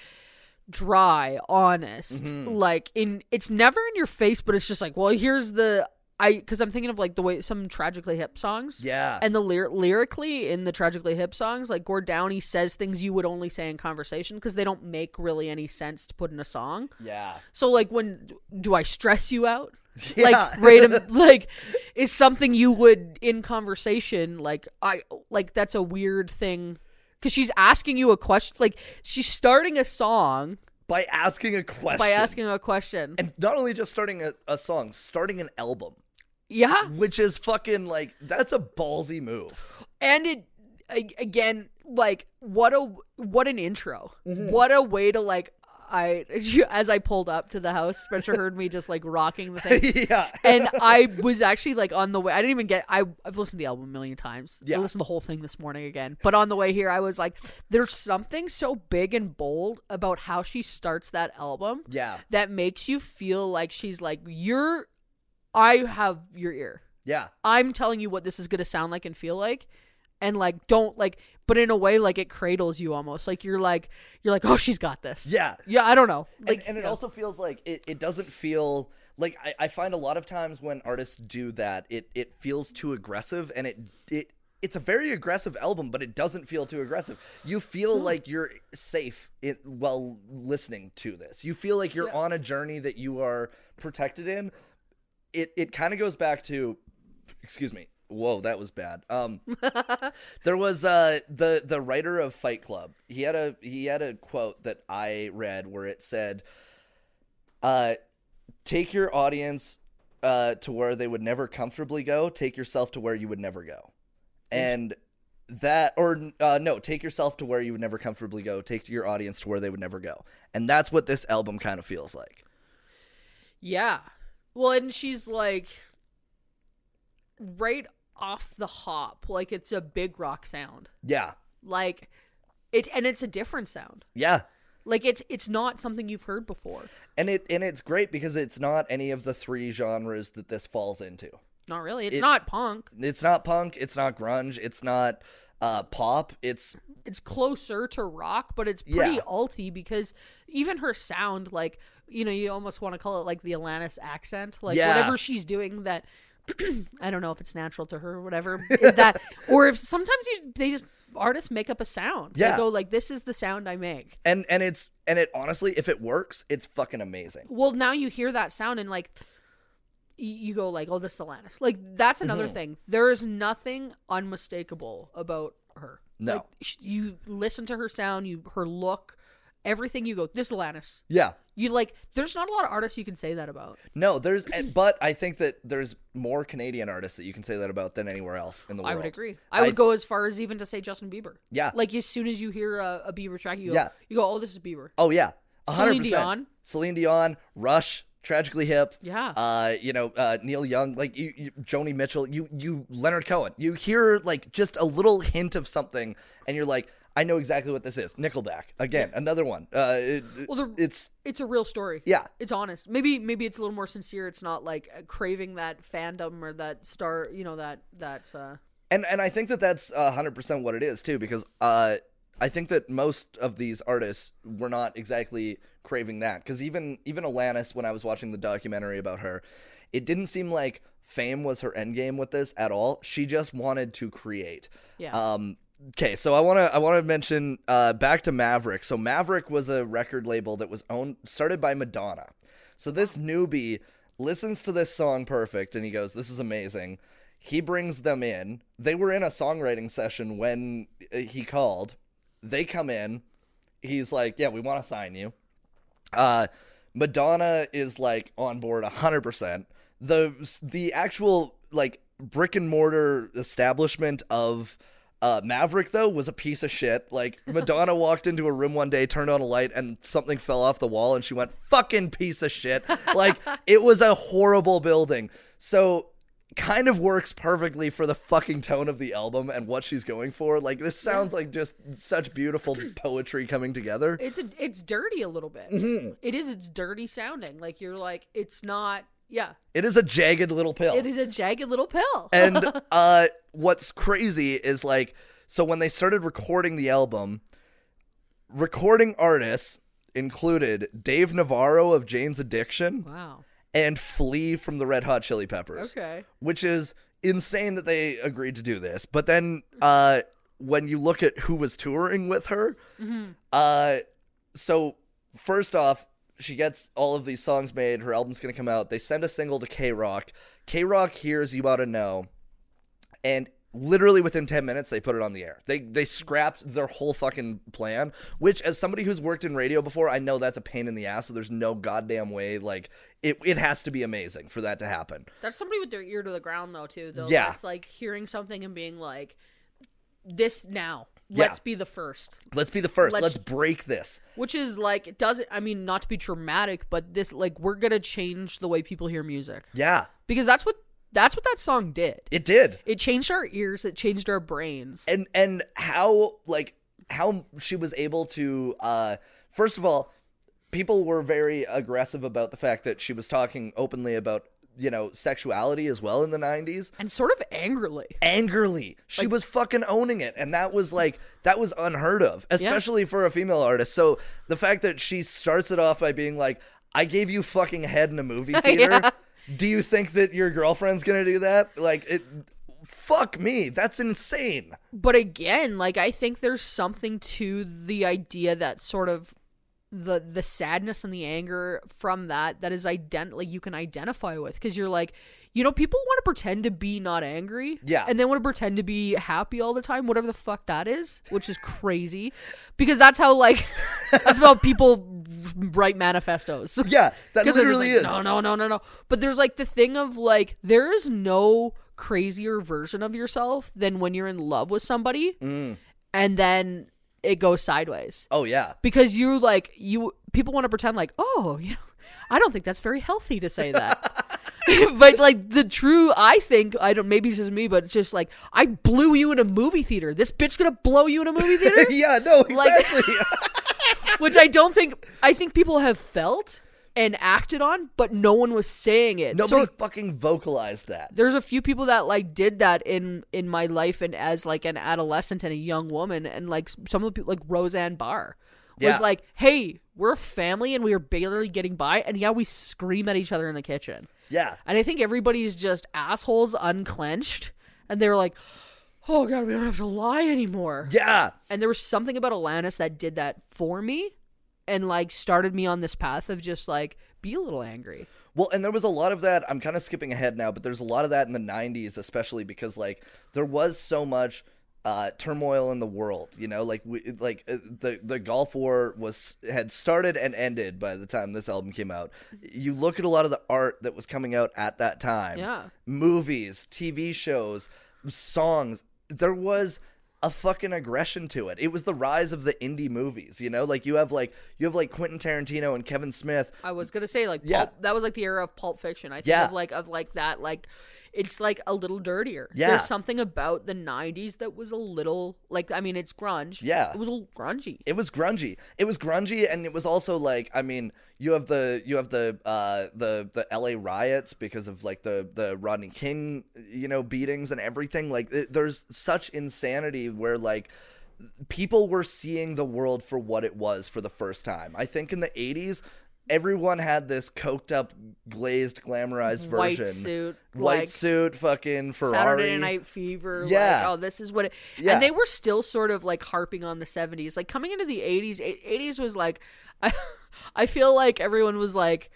Speaker 2: dry, honest,
Speaker 1: Mm-hmm.
Speaker 2: like in it's never in your face, but it's just like, well, here's the I because I'm thinking of like the way some tragically hip songs,
Speaker 1: yeah
Speaker 2: and the lyr- lyrically in the tragically hip songs, like Gord Downey says things you would only say in conversation because they don't make really any sense to put in a song.
Speaker 1: yeah
Speaker 2: So like when do I stress you out?
Speaker 1: Yeah.
Speaker 2: Like random like is something you would in conversation like I like that's a weird thing cuz she's asking you a question like she's starting a song
Speaker 1: by asking a question
Speaker 2: by asking a question.
Speaker 1: and not only just starting a, a song starting an album
Speaker 2: yeah.
Speaker 1: which is fucking like that's a ballsy move
Speaker 2: And it a- again like what a what an intro.
Speaker 1: Mm-hmm.
Speaker 2: What a way to like I as I pulled up to the house, Spencer heard me just like rocking the thing.
Speaker 1: yeah
Speaker 2: and I was actually like on the way. I didn't even get. I I've listened to the album a million times.
Speaker 1: Yeah.
Speaker 2: I listened to the whole thing this morning again. But on the way here, I was like, "There's something so big and bold about how she starts that album
Speaker 1: yeah
Speaker 2: that makes you feel like she's like, you're, I have your ear.
Speaker 1: yeah
Speaker 2: I'm telling you what this is gonna sound like and feel like, and like don't like, but in a way like it cradles you almost. Like you're like you're like, oh, she's got this.
Speaker 1: yeah
Speaker 2: Yeah, I don't know. Like,
Speaker 1: and, and it
Speaker 2: yeah.
Speaker 1: also feels like it, it doesn't feel like I, I find a lot of times when artists do that it it feels too aggressive and it it it's a very aggressive album but it doesn't feel too aggressive you feel like you're safe in, while listening to this you feel like you're on a journey that you are protected in it it kind of goes back to excuse me whoa that was bad um there was uh the the writer of fight club he had a he had a quote that i read where it said uh take your audience uh to where they would never comfortably go take yourself to where you would never go and that or uh, no take yourself to where you would never comfortably go take your audience to where they would never go and that's what this album kind of feels like
Speaker 2: Yeah. Well, and she's like right off the hop, like it's a big rock sound.
Speaker 1: yeah
Speaker 2: Like it and it's a different sound.
Speaker 1: yeah
Speaker 2: Like it's it's not something you've heard before.
Speaker 1: and it and it's great because it's not any of the three genres that this falls into
Speaker 2: Not really. It's
Speaker 1: It-
Speaker 2: not punk.
Speaker 1: it's not punk it's not grunge it's not uh pop it's
Speaker 2: It's closer to rock, but it's pretty
Speaker 1: Yeah.
Speaker 2: alty because even her sound like you know, you almost want to call it like the Alanis accent, like
Speaker 1: Yeah.
Speaker 2: whatever she's doing that I don't know if it's natural to her or whatever is that or if sometimes you, they just artists make up a sound.
Speaker 1: Yeah.
Speaker 2: They go like this is the sound I make.
Speaker 1: and and it's and it honestly if it works it's fucking amazing
Speaker 2: well now you hear that sound and like y- you go like oh this Alanis like that's
Speaker 1: Mm-hmm.
Speaker 2: another thing there is nothing unmistakable about her
Speaker 1: No.
Speaker 2: like, sh- you listen to her sound you her look everything you go this Alanis
Speaker 1: yeah
Speaker 2: you like there's not a lot of artists you can say that about
Speaker 1: no there's and- but i think that there's more canadian artists that you can say that about than anywhere else in the world
Speaker 2: I would agree I, would go as far as even to say Justin Bieber
Speaker 1: Yeah.
Speaker 2: like as soon as you hear a, a Bieber track you go,
Speaker 1: Yeah.
Speaker 2: you go oh this is Bieber
Speaker 1: oh yeah a
Speaker 2: Celine
Speaker 1: 100%
Speaker 2: Dion.
Speaker 1: celine dion rush tragically hip
Speaker 2: Yeah.
Speaker 1: uh you know uh neil young like you, you joni mitchell you you leonard cohen you hear like just a little hint of something and you're like I know exactly what this is. Nickelback again, another one. Uh, it,
Speaker 2: Well, the-
Speaker 1: it's
Speaker 2: It's a real story.
Speaker 1: yeah,
Speaker 2: It's honest. Maybe maybe it's a little more sincere. It's not like uh, craving that fandom or that star, you know, that that uh
Speaker 1: and and I think that that's uh, hundred percent what it is too, because uh, I think that most of these artists were not exactly craving that, because even even Alanis, when I was watching the documentary about her, it didn't seem like fame was her end game with this at all. She just wanted to create.
Speaker 2: yeah.
Speaker 1: Um, okay, so I want to I want to mention uh, back to Maverick. So Maverick was a record label that was owned started by Madonna. So this newbie listens to this song perfect and he goes, "This is amazing." He brings them in. They were in a songwriting session when uh, he called. They come in. He's like, "Yeah, we want to sign you." Uh, Madonna is like on board 100%. The the actual like brick and mortar establishment of uh, Maverick though was a piece of shit. Like Madonna walked into a room one day, turned on a light, and something fell off the wall, and she went "fucking piece of shit." Like it was a horrible building. So kind of works perfectly for the fucking tone of the album and what she's going for. Like this sounds like just such beautiful poetry coming together.
Speaker 2: it's a, it's dirty a little bit.
Speaker 1: Mm-hmm.
Speaker 2: It is it's dirty sounding. Like you're like it's not yeah.
Speaker 1: It is a jagged little pill.
Speaker 2: It is a jagged little pill.
Speaker 1: and uh, what's crazy is like, so when they started recording the album, recording artists included Dave Navarro of Jane's Addiction
Speaker 2: wow.
Speaker 1: and Flea from the Red Hot Chili Peppers,
Speaker 2: Okay.
Speaker 1: which is insane that they agreed to do this. But then uh, when you look at who was touring with her, uh, so first off, she gets all of these songs made. Her album's gonna come out. They send a single to K Rock. K Rock hears "You Oughta Know," and literally within ten minutes, they put it on the air. They they scrapped their whole fucking plan. Which, as somebody who's worked in radio before, I know that's a pain in the ass. So there's no goddamn way. Like it, it has to be amazing for that to happen.
Speaker 2: That's somebody with their ear to the ground though too. Though
Speaker 1: Yeah.
Speaker 2: it's like hearing something and being like, this now.
Speaker 1: Yeah.
Speaker 2: Let's be the first.
Speaker 1: Let's be the 1st let
Speaker 2: Let's-
Speaker 1: Let's break this.
Speaker 2: Which is like it doesn't I mean not to be dramatic, but this like we're gonna change the way people hear music.
Speaker 1: Yeah,
Speaker 2: Because that's what that's what that song did.
Speaker 1: it did.
Speaker 2: It changed our ears, it changed our brains.
Speaker 1: and and how like how she was able to uh first of all people were very aggressive about the fact that she was talking openly about you know sexuality as well in the 90s
Speaker 2: And sort of angrily.
Speaker 1: angrily she was fucking owning it and that was like that was unheard of especially for a female artist so the fact that she starts it off by being like i gave you fucking head in a movie theater do you think that your girlfriend's gonna do that like it fuck me that's insane
Speaker 2: But again, like I think there's something to the idea that sort of the the sadness and the anger from that that is ident like you can identify with because you're like you know people want to pretend to be not angry
Speaker 1: Yeah.
Speaker 2: and they want to pretend to be happy all the time whatever the fuck that is which is crazy because that's how like that's how people write manifestos
Speaker 1: Yeah, that
Speaker 2: 'Cause they're just
Speaker 1: literally
Speaker 2: like,
Speaker 1: is.
Speaker 2: No, no, no, no, no. But there's like the thing of like there is no crazier version of yourself than when you're in love with somebody,
Speaker 1: Mm.
Speaker 2: and then it goes sideways
Speaker 1: Oh yeah.
Speaker 2: because you like you people want to pretend like oh you know, I don't think that's very healthy to say that. but like the true I think I don't maybe it's just me but it's just like I blew you in a movie theater. This bitch going to blow you in a movie theater,
Speaker 1: yeah, no,
Speaker 2: Like-
Speaker 1: exactly.
Speaker 2: which I don't think I think people have felt and acted on but no one was saying it. So-
Speaker 1: Nobody fucking vocalized that.
Speaker 2: there's a few people that like did that in in my life and as like an adolescent and a young woman and like s- some of the people like roseanne barr was
Speaker 1: Yeah.
Speaker 2: like hey we're a family and we are barely getting by and yeah we scream at each other in the kitchen
Speaker 1: Yeah.
Speaker 2: and i think everybody's just assholes unclenched and they were like oh god we don't have to lie anymore
Speaker 1: Yeah.
Speaker 2: and there was something about alanis that did that for me and like started me on this path of just like be a little angry
Speaker 1: Well, and there was a lot of that. I'm kind of skipping ahead now, but there's a lot of that in the 90s, especially because like there was so much uh, turmoil in the world. You know, like we, like uh, the the Gulf War was had started and ended by the time this album came out. You look at a lot of the art that was coming out at that time.
Speaker 2: Yeah.
Speaker 1: movies, TV shows, songs. There was a fucking aggression to it. It was the rise of the indie movies, you know? Like you have like you have like Quentin Tarantino and Kevin Smith.
Speaker 2: I was gonna say like
Speaker 1: Yeah.
Speaker 2: pulp, that was like the era of Pulp Fiction. I think
Speaker 1: Yeah.
Speaker 2: of like of like that like it's like a little dirtier.
Speaker 1: Yeah.
Speaker 2: there's something about the '90s that was a little like I mean it's grunge.
Speaker 1: Yeah.
Speaker 2: it was a little grungy.
Speaker 1: It was grungy. It was grungy and it was also like I mean, you have the you have the uh the the LA riots because of like the the Rodney King, you know, beatings and everything. Like it, there's such insanity where like people were seeing the world for what it was for the first time. I think in the 80s everyone had this coked up glazed glamorized
Speaker 2: White
Speaker 1: version.
Speaker 2: suit,
Speaker 1: White
Speaker 2: like-
Speaker 1: suit, fucking Ferrari.
Speaker 2: Saturday Night Fever.
Speaker 1: Yeah.
Speaker 2: Like, oh, this is what it.
Speaker 1: Yeah.
Speaker 2: And they were still sort of like harping on the 70s. Like coming into the 80s, eh, 80s was like, I, I feel like everyone was like,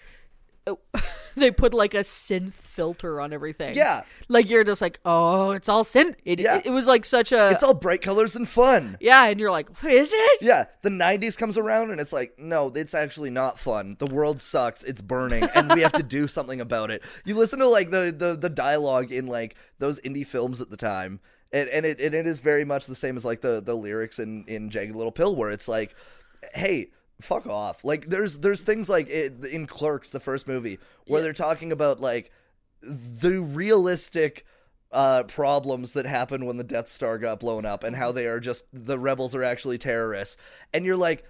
Speaker 2: oh, they put like a synth filter on everything.
Speaker 1: Yeah.
Speaker 2: Like you're just like, oh, it's all synth. It,
Speaker 1: Yeah.
Speaker 2: it, was like such a.
Speaker 1: It's all bright colors and fun.
Speaker 2: yeah. And you're like, what is it?
Speaker 1: Yeah, the 90s comes around and it's like, no, it's actually not fun. The world sucks. It's burning and we have to do something about it. You listen to like the the, the dialogue in like those indie films at the time. And and it and it is very much the same as like the the lyrics in in Jagged Little Pill where it's like, hey, fuck off. Like there's there's things like it, in Clerks the first movie where they're talking about like the realistic uh, problems that happen when the Death Star got blown up and how they are just the rebels are actually terrorists. And you're like,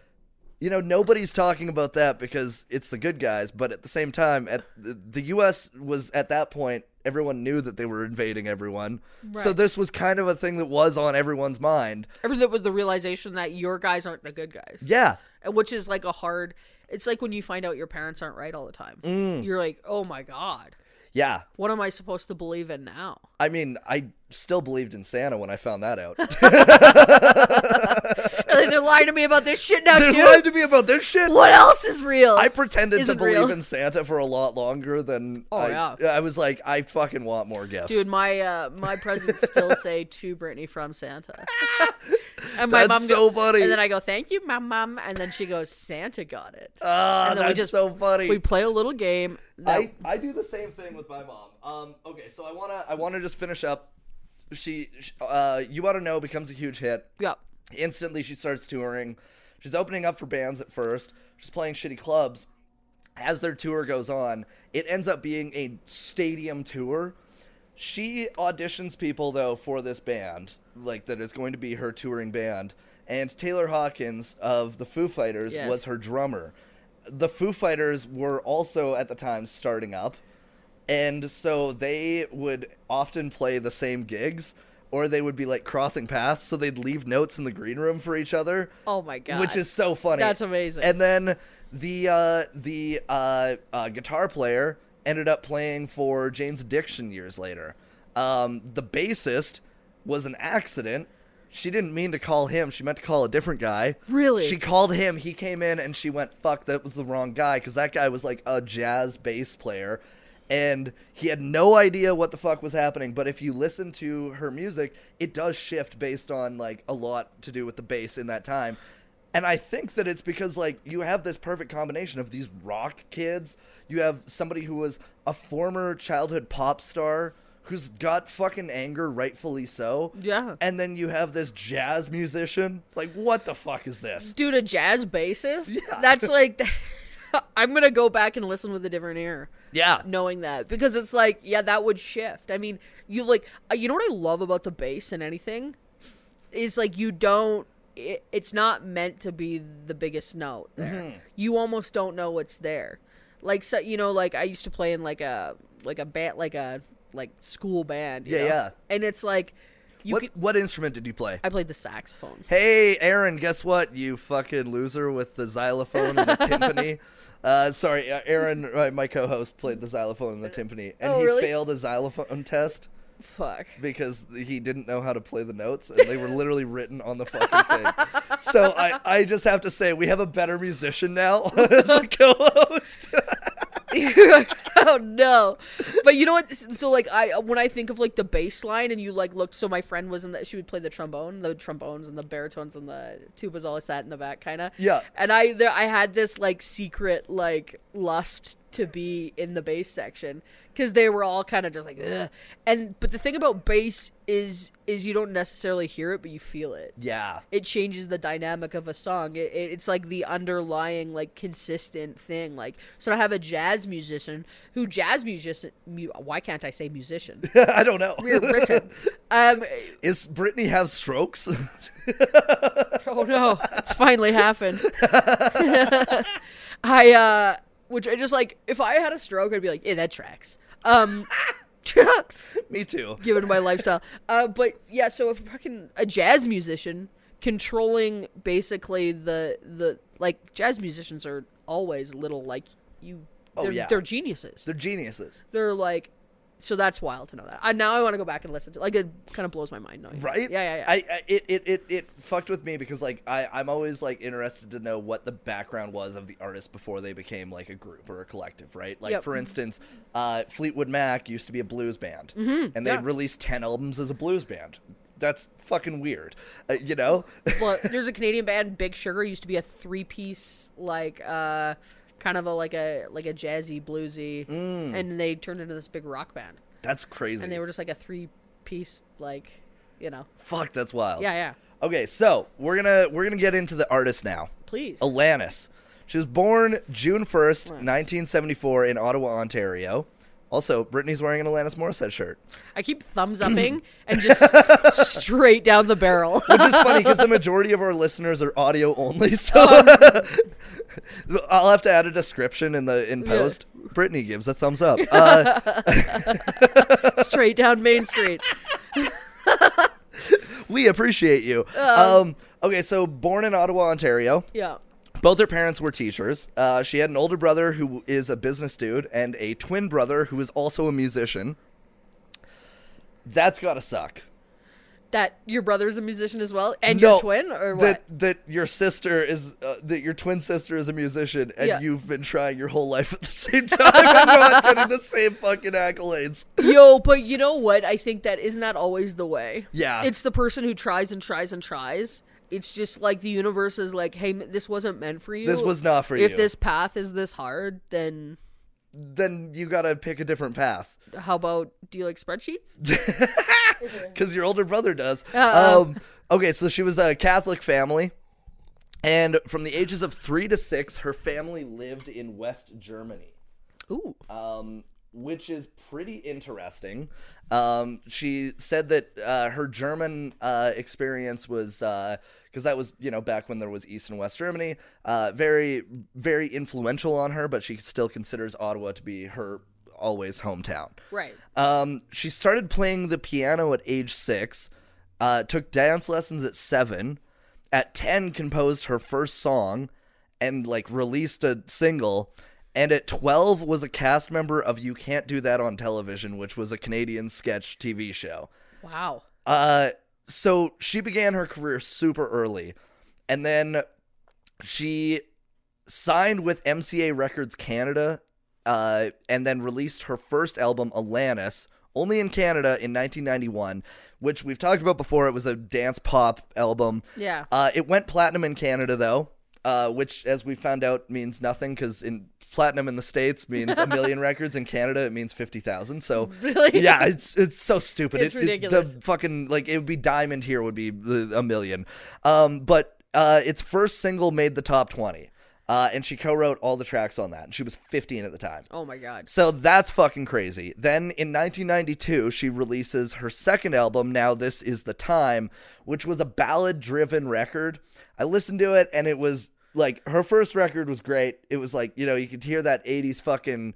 Speaker 1: you know, nobody's talking about that because it's the good guys. But at the same time, at the, the U.S. was at that point, everyone knew that they were invading everyone. So
Speaker 2: Right.
Speaker 1: this was kind of a thing that was on everyone's mind.
Speaker 2: Everything was the realization that your guys aren't the good guys.
Speaker 1: Yeah,
Speaker 2: Which is like a hard. It's like when you find out your parents aren't right all the time.
Speaker 1: Mm.
Speaker 2: You're like, oh my God.
Speaker 1: yeah.
Speaker 2: What am I supposed to believe in now?
Speaker 1: I mean, I still believed in Santa when I found that out.
Speaker 2: Like, they're lying to me about this shit now
Speaker 1: they
Speaker 2: too.
Speaker 1: lied to me about this shit.
Speaker 2: What else is real?
Speaker 1: I pretended to
Speaker 2: Isn't
Speaker 1: believe
Speaker 2: real.
Speaker 1: in Santa for a lot longer than
Speaker 2: Oh,
Speaker 1: I,
Speaker 2: yeah.
Speaker 1: I was like, I fucking want more gifts.
Speaker 2: Dude, my uh, my presents still say to Brittany from Santa. and my
Speaker 1: That's
Speaker 2: mom
Speaker 1: so
Speaker 2: go-
Speaker 1: funny.
Speaker 2: And then I go, "Thank you, mom, mom." And then she goes, "Santa got it."
Speaker 1: Ah,
Speaker 2: and then we
Speaker 1: that's
Speaker 2: just-
Speaker 1: so funny.
Speaker 2: We play a little game. That,
Speaker 1: I, I do the same thing with my mom. Um, okay, so I wanna I wanna just finish up. She, sh uh, you ought to know becomes a huge hit.
Speaker 2: yeah.
Speaker 1: Instantly, she starts touring. She's opening up for bands at first. She's playing shitty clubs. As their tour goes on, it ends up being a stadium tour. She auditions people though for this band, like that is going to be her touring band. And Taylor Hawkins of the Foo Fighters
Speaker 2: Yes.
Speaker 1: was her drummer. The Foo Fighters were also at the time starting up. And so they would often play the same gigs or they would be like crossing paths. So they'd leave notes in the green room for each other.
Speaker 2: Oh my god.
Speaker 1: Which is so funny.
Speaker 2: That's amazing.
Speaker 1: And then the uh, the uh, uh, guitar player ended up playing for Jane's Addiction years later. Um, the bassist was an accident. She didn't mean to call him. She meant to call a different guy.
Speaker 2: Really?
Speaker 1: She called him. He came in and she went, "Fuck, that was the wrong guy." Because that guy was like a jazz bass player, and he had no idea what the fuck was happening. But if you listen to her music, it does shift based on like a lot to do with the bass in that time. And I think that it's because like you have this perfect combination of these rock kids. You have somebody who was a former childhood pop star who's got fucking anger, rightfully so.
Speaker 2: Yeah.
Speaker 1: And then you have this jazz musician. Like, what the fuck is this?
Speaker 2: Dude, a jazz bassist. That's like. I'm gonna go back and listen with a different ear.
Speaker 1: Yeah.
Speaker 2: knowing that because it's like yeah that would shift i mean you like uh, you know what i love about the bass and anything is like you don't it, it's not meant to be the biggest note there.
Speaker 1: Mm-hmm.
Speaker 2: you almost don't know what's there like so you know like i used to play in like a like a band like a like school band you
Speaker 1: Yeah,
Speaker 2: know?
Speaker 1: yeah.
Speaker 2: and it's like you
Speaker 1: What
Speaker 2: could
Speaker 1: what instrument did you play?
Speaker 2: i played the saxophone
Speaker 1: Hey, Aaron, guess what? You fucking loser with the xylophone and the timpani. Uh, sorry, uh, Aaron, my- my co-host, played the xylophone and the timpani, and
Speaker 2: Oh,
Speaker 1: he
Speaker 2: really?
Speaker 1: failed a xylophone test.
Speaker 2: fuck
Speaker 1: because he didn't know how to play the notes and they were literally written on the fucking thing. So I, I just have to say we have a better musician now as a co-host.
Speaker 2: oh no but you know what so like i uh, when i think of like the bass line and you like looked so my friend was in that she would play the trombone the trombones and the baritones and the tubas all sat in the back kind of
Speaker 1: Yeah.
Speaker 2: and i there i had this like secret like lust to be in the bass section because they were all kind of just like, Ugh. and but the thing about bass is is you don't necessarily hear it, but you feel it.
Speaker 1: Yeah.
Speaker 2: It changes the dynamic of a song. It, it, it's like the underlying like consistent thing. Like so, I have a jazz musician who jazz musician. Mu- why can't I say musician?
Speaker 1: I don't know.
Speaker 2: Richard. Um,
Speaker 1: Is Brittany have strokes?
Speaker 2: oh no, it's finally happened. I uh which I just like if I had a stroke I'd be like, yeah, that tracks. Um
Speaker 1: Me too.
Speaker 2: given my lifestyle. Uh but yeah, so if fucking a jazz musician controlling basically the the like jazz musicians are always little like you
Speaker 1: Oh,
Speaker 2: they're,
Speaker 1: yeah.
Speaker 2: they're geniuses.
Speaker 1: They're geniuses,
Speaker 2: They're like so that's wild to know that. I now I want to go back and listen to like it kind of blows my mind knowing. that.
Speaker 1: right?
Speaker 2: Yeah, yeah, yeah.
Speaker 1: I, I it, it it it fucked with me because like I I'm always like interested to know what the background was of the artist before they became like a group or a collective, right? Like
Speaker 2: Yep.
Speaker 1: for instance, uh, Fleetwood Mac used to be a blues band, and they
Speaker 2: Mm-hmm. yeah.
Speaker 1: released ten albums as a blues band. That's fucking weird, uh, you know?
Speaker 2: Look, there's a Canadian band, Big Sugar, used to be a three piece like uh kind of a like a like a jazzy bluesy
Speaker 1: Mm.
Speaker 2: and they turned into this big rock band.
Speaker 1: That's crazy.
Speaker 2: And they were just like a three piece like you know.
Speaker 1: Fuck, that's wild.
Speaker 2: Yeah, yeah.
Speaker 1: Okay, so we're gonna we're gonna get into the artist now.
Speaker 2: Please.
Speaker 1: Alanis. She was born June 1st, 1974, in Ottawa, Ontario. Also, Brittany's wearing an Alanis Morissette shirt.
Speaker 2: I keep thumbs upping and just straight down the barrel.
Speaker 1: Which is funny because the majority of our listeners are audio
Speaker 2: Oh,
Speaker 1: only, so I'll have to add a description in the in
Speaker 2: Yeah.
Speaker 1: post. Brittany gives a thumbs up. Uh,
Speaker 2: straight down Main Street.
Speaker 1: we appreciate you. Um, okay, so born in Ottawa, Ontario.
Speaker 2: Yeah.
Speaker 1: Both her parents were teachers. Uh, she had an older brother who is a business dude and a twin brother who is also a musician. That's gotta suck.
Speaker 2: That your brother's a musician as well and
Speaker 1: No,
Speaker 2: your twin or what?
Speaker 1: That that your sister is uh, that your twin sister is a musician and
Speaker 2: Yeah.
Speaker 1: you've been trying your whole life at the same time. I'm not getting the same fucking accolades.
Speaker 2: Yo, but you know what? I think that isn't that always the way.
Speaker 1: Yeah.
Speaker 2: it's the person who tries and tries and tries. It's just like the universe is like, hey, m- this wasn't meant for you.
Speaker 1: This was not for
Speaker 2: if
Speaker 1: you.
Speaker 2: If this path is this hard, then
Speaker 1: Then you gotta pick a different path
Speaker 2: how about do you like spreadsheets?
Speaker 1: because your older brother does.
Speaker 2: Uh-oh.
Speaker 1: Um, okay, so she was a Catholic family. And from the ages of three to six, her family lived in West Germany.
Speaker 2: Ooh,
Speaker 1: um, which is pretty interesting. Um, she said that uh, her German uh, experience was because that was you know back when there was East and West Germany, uh, very very influential on her, but she still considers Ottawa to be her always hometown.
Speaker 2: right.
Speaker 1: Um, she started playing the piano at age six, uh, took dance lessons at seven, at 10, composed her first song and like released a single. And at 12 was a cast member of You Can't Do That on Television, which was a Canadian sketch TV show.
Speaker 2: Wow.
Speaker 1: Uh, so she began her career super early, and then she signed with MCA Records Canada, uh, and then released her first album, Alanis, only in Canada in 1991, which we've talked about before. It was a dance pop album.
Speaker 2: Yeah.
Speaker 1: Uh, it went platinum in Canada though, uh, which, as we found out, means nothing because in platinum in the states means a million records. In Canada, it means fifty thousand. So
Speaker 2: Really?
Speaker 1: yeah, it's it's so stupid.
Speaker 2: It's
Speaker 1: It- it-
Speaker 2: ridiculous.
Speaker 1: the fucking like it would be diamond here would be the, a million. Um, but uh, its first single made the top twenty. Uh, and she co-wrote all the tracks on that. And she was 15 at the time.
Speaker 2: Oh my god.
Speaker 1: So that's fucking crazy. Then in 1992, she releases her second album, Now This Is the Time, which was a ballad driven record. I listened to it and it was like her first record was great. It was like, you know, you could hear that 80s fucking,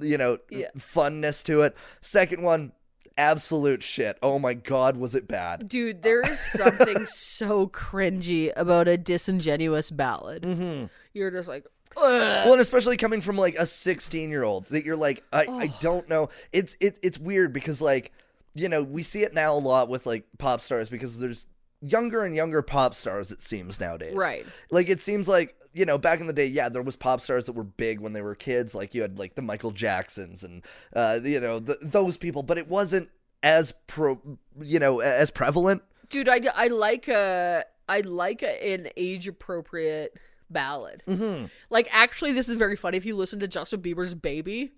Speaker 1: you know, funness to it. Second one, absolute shit. Oh my God, was it bad.
Speaker 2: Dude, there is something so cringy about a disingenuous ballad.
Speaker 1: Mm-hmm.
Speaker 2: You're just like,
Speaker 1: Well, and especially coming from like a 16 year old that you're like, I, I don't know. It's it, it's weird because like, you know, we see it now a lot with like pop stars because there's younger and younger pop stars it seems nowadays.
Speaker 2: Right.
Speaker 1: Like it seems like, you know, back in the day, yeah, there was pop stars that were big when they were kids, like you had like the Michael Jacksons and uh you know, th those people, but it wasn't as pro you know, a- as prevalent.
Speaker 2: dude, I, I like a I like a, an age appropriate ballad.
Speaker 1: Mm-hmm.
Speaker 2: Like, actually, this is very funny. If you listen to Justin Bieber's "Baby,"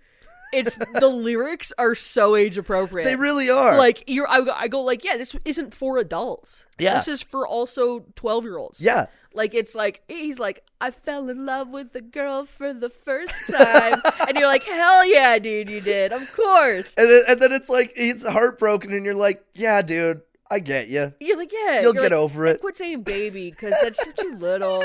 Speaker 2: it's the lyrics are so age appropriate.
Speaker 1: They really are.
Speaker 2: like you're. I, go- I go like, yeah, this isn't for adults.
Speaker 1: Yeah.
Speaker 2: this is for also twelve year olds.
Speaker 1: yeah.
Speaker 2: Like it's like he's like I fell in love with a girl for the first time, and you're like hell yeah, dude, you did, of course.
Speaker 1: And, it, and then it's like, it's heartbroken, and you're like, yeah, dude, I get you.
Speaker 2: You're like yeah,
Speaker 1: You'll
Speaker 2: You're
Speaker 1: get
Speaker 2: like,
Speaker 1: over it.
Speaker 2: Quit saying baby because that's you're too little.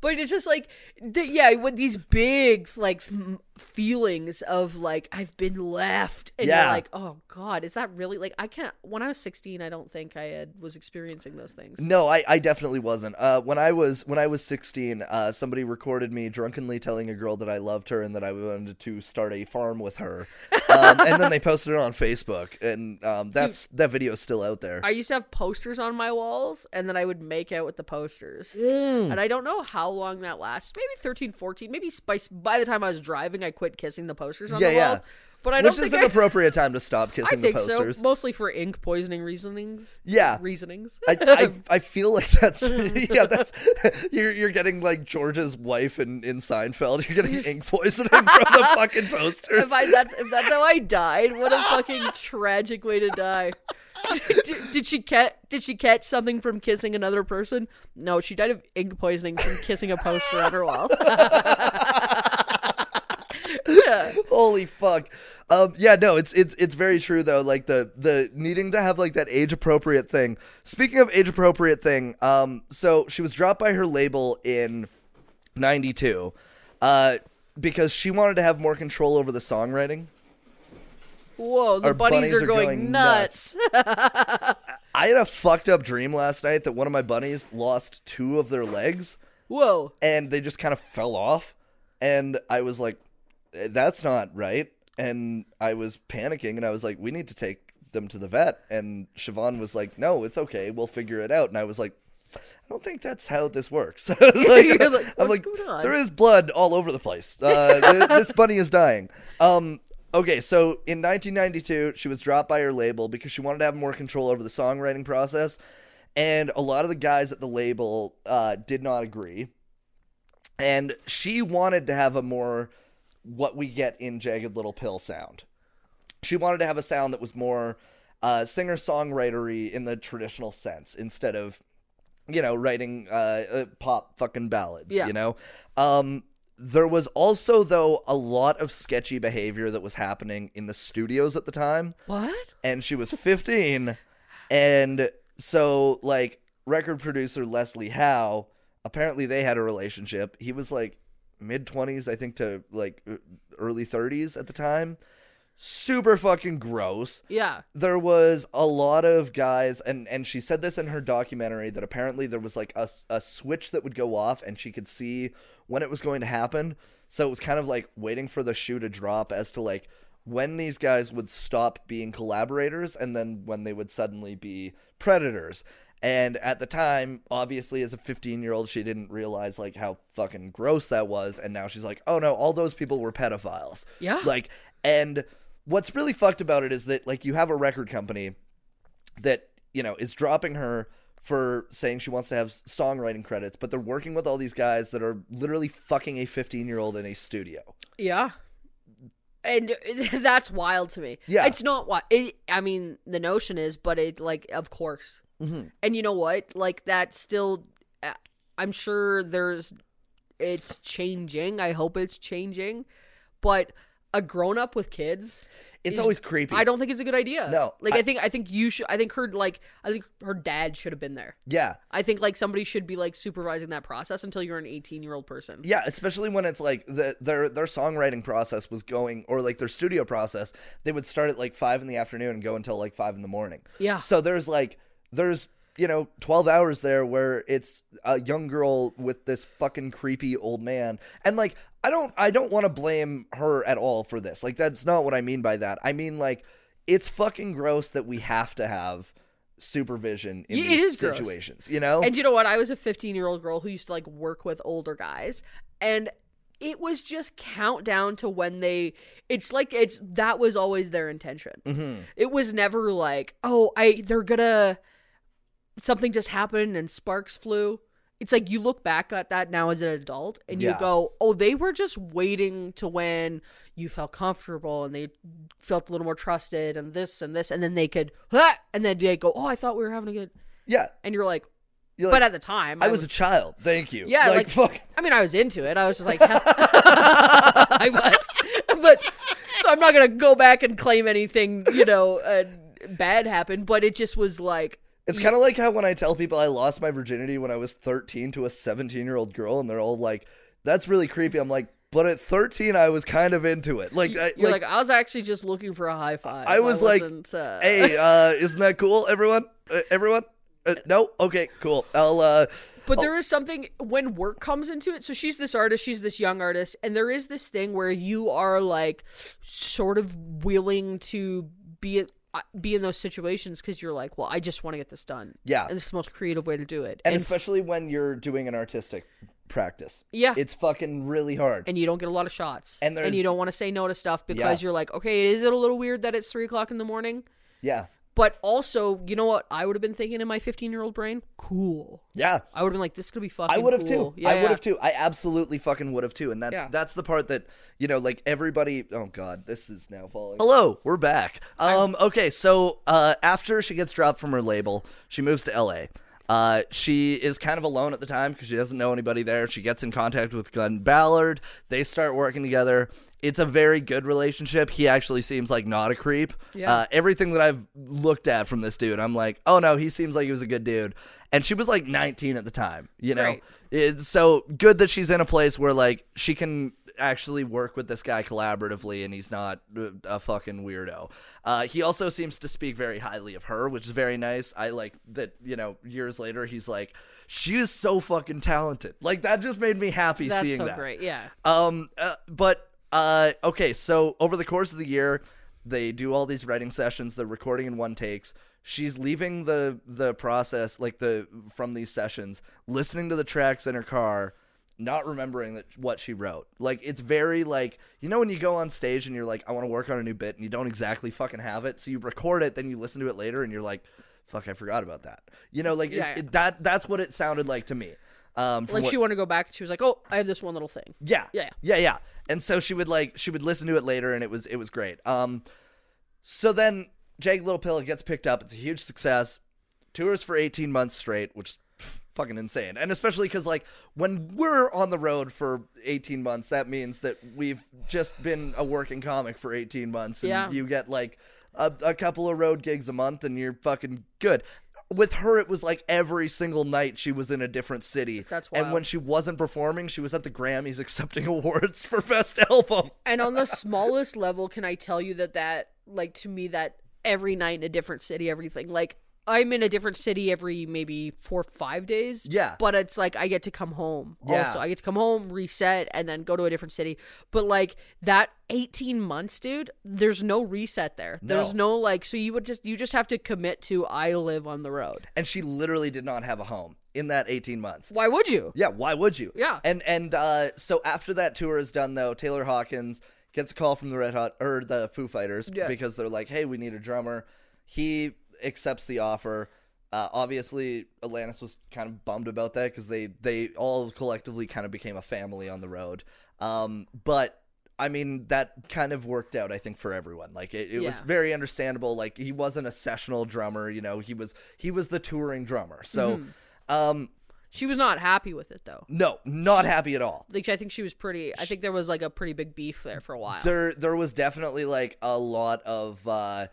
Speaker 2: But it's just like, th- yeah, with these big like f- feelings of like I've been left, and
Speaker 1: Yeah.
Speaker 2: you're like, oh god, is that really like I can't? When I was 16, I don't think I had was experiencing those things.
Speaker 1: No, I, I definitely wasn't. Uh, when I was when I was 16, uh, somebody recorded me drunkenly telling a girl that I loved her and that I wanted to start a farm with her, um, and then they posted it on Facebook, and um, that's that video's still out there.
Speaker 2: I used to have posters on my walls, and then I would make out with the posters.
Speaker 1: Mm.
Speaker 2: And I don't know how long that lasted. Maybe 13, 14. Maybe by, by the time I was driving, I quit kissing the posters on
Speaker 1: Yeah,
Speaker 2: the
Speaker 1: yeah.
Speaker 2: walls. But I don't
Speaker 1: Which
Speaker 2: think
Speaker 1: is an
Speaker 2: I-
Speaker 1: appropriate time to stop
Speaker 2: I
Speaker 1: kissing the
Speaker 2: think
Speaker 1: posters.
Speaker 2: so. Mostly for ink poisoning reasonings.
Speaker 1: Yeah.
Speaker 2: Reasonings.
Speaker 1: I, I, I feel like that's yeah that's you're you're getting like George's wife in, in Seinfeld you're getting ink poisoning from the fucking posters
Speaker 2: if I, that's if that's how I died, what a fucking tragic way to die. did, did she catch did she catch something from kissing another person? No, she died of ink poisoning from kissing a poster on her wall. yeah.
Speaker 1: Holy fuck. Um, yeah, no, it's it's it's very true though. Like the the needing to have like that age appropriate thing. Speaking of age appropriate thing, um, so she was dropped by her label in '92, uh, because she wanted to have more control over the songwriting.
Speaker 2: Whoa, the
Speaker 1: Our
Speaker 2: bunnies,
Speaker 1: bunnies
Speaker 2: are,
Speaker 1: are
Speaker 2: going,
Speaker 1: going
Speaker 2: nuts.
Speaker 1: I had a fucked up dream last night that one of my bunnies lost two of their legs
Speaker 2: Whoa.
Speaker 1: and they just kind of fell off, and I was like, "Eh, "That's not right." And I was panicking, and I was like, "We need to take them to the vet." And Siobhan was like, "No, it's okay. We'll figure it out." And I was like, "I don't think that's how this works." I was
Speaker 2: You're like,
Speaker 1: I'm
Speaker 2: "What's
Speaker 1: like,
Speaker 2: going on?"
Speaker 1: "There is blood all over the place. Uh, th- this bunny is dying." Um. Okay, so in 1992, she was dropped by her label because she wanted to have more control over the songwriting process, and a lot of the guys at the label uh, did not agree and she wanted to have a more what we get in jagged little pill sound she wanted to have a sound that was more uh, singer songwritery in the traditional sense instead of you know writing uh, uh, pop fucking ballads
Speaker 2: Yeah.
Speaker 1: you know um, there was also though a lot of sketchy behavior that was happening in the studios at the time
Speaker 2: What?
Speaker 1: and she was 15 and so like record producer leslie howe apparently they had a relationship he was like mid 20s i think to like e- early 30s at the time super fucking gross
Speaker 2: Yeah.
Speaker 1: there was a lot of guys and and she said this in her documentary that apparently there was like a, a switch that would go off and she could see when it was going to happen so it was kind of like waiting for the shoe to drop as to like when these guys would stop being collaborators and then when they would suddenly be predators and at the time obviously as a 15 year old she didn't realize like how fucking gross that was and now she's like oh no all those people were pedophiles
Speaker 2: Yeah.
Speaker 1: like and what's really fucked about it is that like you have a record company that you know is dropping her for saying she wants to have s- songwriting credits but they're working with all these guys that are literally fucking a 15 year old in a studio
Speaker 2: Yeah. And that's wild to me.
Speaker 1: Yeah.
Speaker 2: It's not wild. It, I mean, the notion is, but it, like, of course.
Speaker 1: Mhm.
Speaker 2: And you know what? Like, that still, uh, I'm sure there's, it's changing. I hope it's changing. But a grown up with kids,
Speaker 1: it's
Speaker 2: Is-
Speaker 1: always creepy
Speaker 2: I don't think it's a good idea.
Speaker 1: No,
Speaker 2: Like,
Speaker 1: I-
Speaker 2: I think, I think you should, I think her, like, I think her dad should have been there.
Speaker 1: yeah
Speaker 2: I think, like, somebody should be, like, supervising that process until you're an 18 year old person.
Speaker 1: Yeah, especially when it's like the, their their songwriting process was going, or like their studio process, they would start at like five in the afternoon and go until like five in the morning.
Speaker 2: Yeah.
Speaker 1: So there's like there's you know twelve hours there where it's a young girl with this fucking creepy old man, and like I don't I don't want to blame her at all for this. Like that's not what I mean by that. I mean like it's fucking gross that we have to have supervision in
Speaker 2: Yeah, it
Speaker 1: these
Speaker 2: is gross.
Speaker 1: situations. You know.
Speaker 2: And you know what? I was a 15 year old girl who used to like work with older guys, and it was just countdown to when they. It's like it's that was always their intention.
Speaker 1: Mhm.
Speaker 2: It was never like, oh, I they're gonna something just happened and sparks flew, it's like you look back at that now as an adult and
Speaker 1: Yeah.
Speaker 2: you go, oh, they were just waiting to when you felt comfortable and they felt a little more trusted and this and this. And then they could, "Huh," and then they go, oh, I thought we were having a good.
Speaker 1: Yeah.
Speaker 2: And you're like,
Speaker 1: You're
Speaker 2: but
Speaker 1: like,
Speaker 2: at the time,
Speaker 1: I was a child. Thank you.
Speaker 2: Yeah,
Speaker 1: Like,
Speaker 2: like-
Speaker 1: fuck.
Speaker 2: I mean, I was into it. I was just like, I was, but so I'm not gonna go back and claim anything, you know, uh, bad happened. But it just was like,
Speaker 1: It's kind of like how when I tell people I lost my virginity when I was 13 to a 17 year old girl, and they're all like, "That's really creepy." I'm like, "But at 13, I was kind of into it." Uh, Like, I,
Speaker 2: you're
Speaker 1: like,
Speaker 2: like, I was actually just looking for a high five.
Speaker 1: I was like,
Speaker 2: wasn't, uh,
Speaker 1: "Hey, uh, isn't that cool, everyone? Uh, everyone? Uh, no? Okay, cool. I'll." Uh,
Speaker 2: But there is something when work comes into it. So she's this artist, she's this young artist, and there is this thing where you are like sort of willing to be at, uh, be in those situations because you're like, well, I just want to get this done.
Speaker 1: yeah,
Speaker 2: And this is the most creative way to do it.
Speaker 1: and especially when you're doing an artistic practice,
Speaker 2: yeah.
Speaker 1: it's fucking really hard.
Speaker 2: and you don't get a lot of shots.
Speaker 1: And
Speaker 2: And,
Speaker 1: there's-
Speaker 2: you don't want to say no to stuff because
Speaker 1: Yeah.
Speaker 2: you're like, okay, is it a little weird that it's three o'clock in the morning?
Speaker 1: Yeah,
Speaker 2: But also, you know what I would have been thinking in my 15 year old brain? Cool.
Speaker 1: yeah.
Speaker 2: I would have been like, this could be fucking
Speaker 1: I would have
Speaker 2: cool.
Speaker 1: too.
Speaker 2: Yeah,
Speaker 1: I would have too. I absolutely fucking would have too. And that's
Speaker 2: Yeah.
Speaker 1: that's the part that you know, like everybody. Oh god, this is now falling. Hello, we're back. Um, okay, so uh, after she gets dropped from her label, she moves to L.A. Uh, she is kind of alone at the time because she doesn't know anybody there. She gets in contact with Glenn Ballard. They start working together. It's a very good relationship. He actually seems like not a creep.
Speaker 2: Yeah.
Speaker 1: Uh, everything that I've looked at from this dude, I'm like, oh no, he seems like he was a good dude. And she was like 19 at the time, you know?
Speaker 2: Right.
Speaker 1: It- so good that she's in a place where like she can actually work with this guy collaboratively and he's not uh, a fucking weirdo. Uh, he also seems to speak very highly of her, which is very nice. I like that, you know, years later, he's like, she is so fucking talented. Like that just made me happy
Speaker 2: That's
Speaker 1: seeing
Speaker 2: so
Speaker 1: that.
Speaker 2: great. Yeah.
Speaker 1: Um, uh, but uh, okay. So over the course of the year, they do all these writing sessions. They're recording in one takes. She's leaving the the process like the from these sessions, listening to the tracks in her car, not remembering that what she wrote. Like it's very like you know when you go on stage and you're like I want to work on a new bit and you don't exactly fucking have it, so you record it, then you listen to it later and you're like, fuck, I forgot about that. You know, like it,
Speaker 2: Yeah, yeah.
Speaker 1: it- that that's what it sounded like to me. Um, from
Speaker 2: Like
Speaker 1: what-
Speaker 2: she wanted to go back. She was like, oh, I have this one little thing.
Speaker 1: yeah.
Speaker 2: Yeah.
Speaker 1: Yeah, yeah. And so she would like she would listen to it later and it was it was great. Um so then Jake Little Pill gets picked up. It's a huge success. Tours for 18 months straight, which is pff, fucking insane. And especially cuz like when we're on the road for 18 months, that means that we've just been a working comic for 18 months and
Speaker 2: Yeah.
Speaker 1: you get like a, a couple of road gigs a month and you're fucking good. With her, it was like every single night she was in a different city.
Speaker 2: That's
Speaker 1: And
Speaker 2: wild.
Speaker 1: when she wasn't performing, she was at the Grammys accepting awards for best album.
Speaker 2: And on the smallest level, can I tell you that that, like, to me, that every night in a different city, everything, like, I'm in a different city every maybe four or five days.
Speaker 1: Yeah.
Speaker 2: But it's like I get to come home.
Speaker 1: Yeah.
Speaker 2: Also, I get to come home, reset, and then go to a different city. But like that 18 months, dude, there's no reset there. There's no like, so you would just, you just have to commit to, I live on the road.
Speaker 1: And she literally did not have a home in that 18 months.
Speaker 2: Why would you?
Speaker 1: Yeah, why would you?
Speaker 2: Yeah.
Speaker 1: And and uh, so after that tour is done, though, Taylor Hawkins gets a call from the Red Hot or the Foo Fighters
Speaker 2: Yeah.
Speaker 1: because they're like, "Hey, we need a drummer." He accepts the offer. Uh, obviously, Atlantis was kind of bummed about that because they they all collectively kind of became a family on the road. Um, but I mean, that kind of worked out, I think, for everyone. Like it, it was
Speaker 2: Yeah.
Speaker 1: very understandable. Like he wasn't a sessional drummer, you know. He was he was the touring drummer. So.
Speaker 2: Mm-hmm.
Speaker 1: Um,
Speaker 2: She was not happy with it though.
Speaker 1: no, not happy at all.
Speaker 2: Like, I think she was pretty, I think there was like a pretty big beef there for a while.
Speaker 1: There, there was definitely like a lot of uh,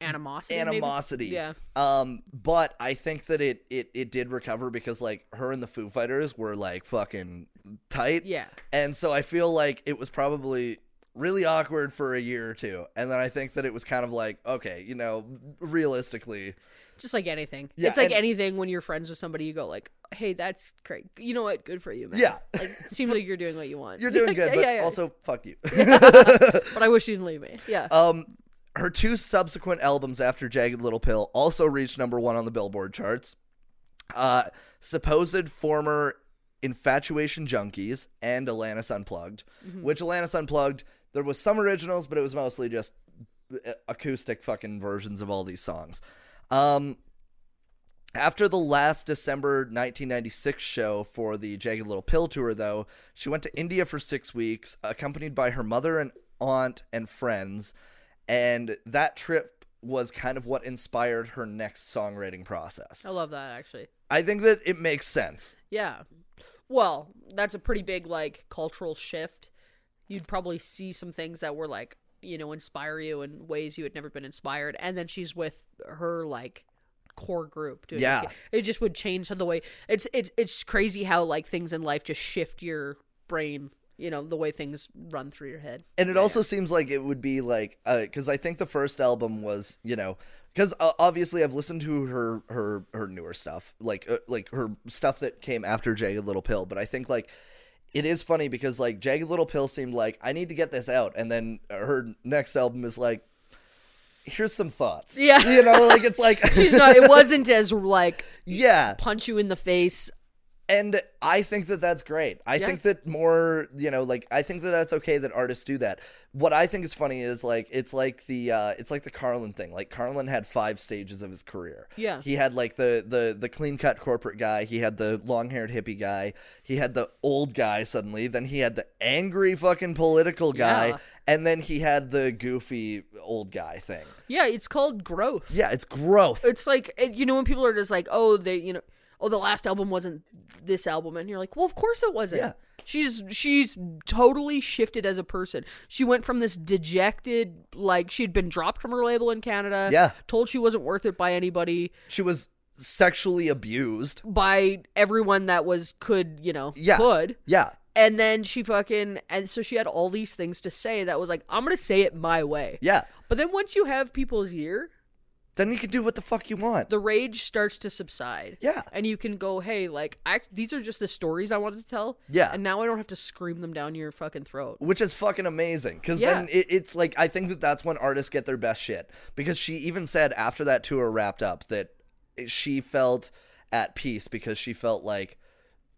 Speaker 2: Animosity. maybe?
Speaker 1: animosity.
Speaker 2: Yeah.
Speaker 1: Um, but I think that it, it it did recover because like her and the Foo Fighters were like fucking tight.
Speaker 2: Yeah.
Speaker 1: And so I feel like it was probably really awkward for a year or two, and then I think that it was kind of like okay, you know, realistically,
Speaker 2: just like anything.
Speaker 1: Yeah,
Speaker 2: it's like
Speaker 1: and-
Speaker 2: anything when you're friends with somebody, you go like, "Hey, that's great. You know what? Good for you, man.
Speaker 1: Yeah.
Speaker 2: like, seems like you're doing what you want.
Speaker 1: you're doing
Speaker 2: Like,
Speaker 1: good,
Speaker 2: yeah,
Speaker 1: but
Speaker 2: yeah, yeah.
Speaker 1: also fuck you.
Speaker 2: but I wish you didn't leave me. Yeah,
Speaker 1: Um, her two subsequent albums after Jagged Little Pill also reached number one on the Billboard charts. Uh, supposed former Infatuation Junkies and Alanis Unplugged, which Alanis Unplugged, there was some originals, but it was mostly just uh, acoustic fucking versions of all these songs. Um, After the last December 1996 show for the Jagged Little Pill tour, though, she went to India for six weeks, accompanied by her mother and aunt and friends. And that trip was kind of what inspired her next songwriting process.
Speaker 2: I love that actually.
Speaker 1: I think that it makes sense.
Speaker 2: Yeah. Well, that's a pretty big like cultural shift. You'd probably see some things that were like, you know, inspire you in ways you had never been inspired. And then she's with her like core group doing it
Speaker 1: Yeah.
Speaker 2: toge- It just would change the way it's it's it's crazy how like things in life just shift your brain, you know, the way things run through your head.
Speaker 1: And it also seems like it would be like because I think the first album was you know because uh, obviously I've listened to her her her newer stuff like uh, like her stuff that came after Jagged Little Pill, but I think like it is funny because like Jagged Little Pill seemed like I need to get this out, and then her next album is like here's some thoughts,
Speaker 2: Yeah.
Speaker 1: you know, like it's like
Speaker 2: She's not it wasn't as like
Speaker 1: yeah,
Speaker 2: punch you in the face.
Speaker 1: and I think that that's great. I
Speaker 2: Yeah.
Speaker 1: think that more, you know, like I think that that's okay that artists do that. What I think is funny is like it's like the uh it's like the Carlin thing. Like Carlin had five stages of his career.
Speaker 2: Yeah.
Speaker 1: He had like the the the clean-cut corporate guy, he had the long-haired hippie guy, he had the old guy suddenly, then he had the angry fucking political guy,
Speaker 2: Yeah.
Speaker 1: and then he had the goofy old guy thing.
Speaker 2: Yeah, it's called growth.
Speaker 1: Yeah, it's growth.
Speaker 2: it's like it- you know when people are just like oh they you know oh the last album wasn't this album and you're like well of course it wasn't
Speaker 1: Yeah.
Speaker 2: she's she's totally shifted as a person she went from this dejected like she'd been dropped from her label in canada
Speaker 1: Yeah.
Speaker 2: told she wasn't worth it by anybody
Speaker 1: she was sexually abused.
Speaker 2: by everyone that was could you know
Speaker 1: Yeah.
Speaker 2: could
Speaker 1: Yeah.
Speaker 2: and then she fucking and so she had all these things to say that was like i'm gonna say it my way
Speaker 1: Yeah.
Speaker 2: but then once you have people's ear
Speaker 1: Then you can do what the fuck you want.
Speaker 2: the rage starts to subside.
Speaker 1: Yeah.
Speaker 2: And you can go, hey, like, I, these are just the stories I wanted to tell.
Speaker 1: Yeah.
Speaker 2: And now I don't have to scream them down your fucking throat.
Speaker 1: which is fucking amazing because
Speaker 2: Yeah.
Speaker 1: then it, it's like i think that that's when artists get their best shit because she even said after that tour wrapped up that she felt at peace because she felt like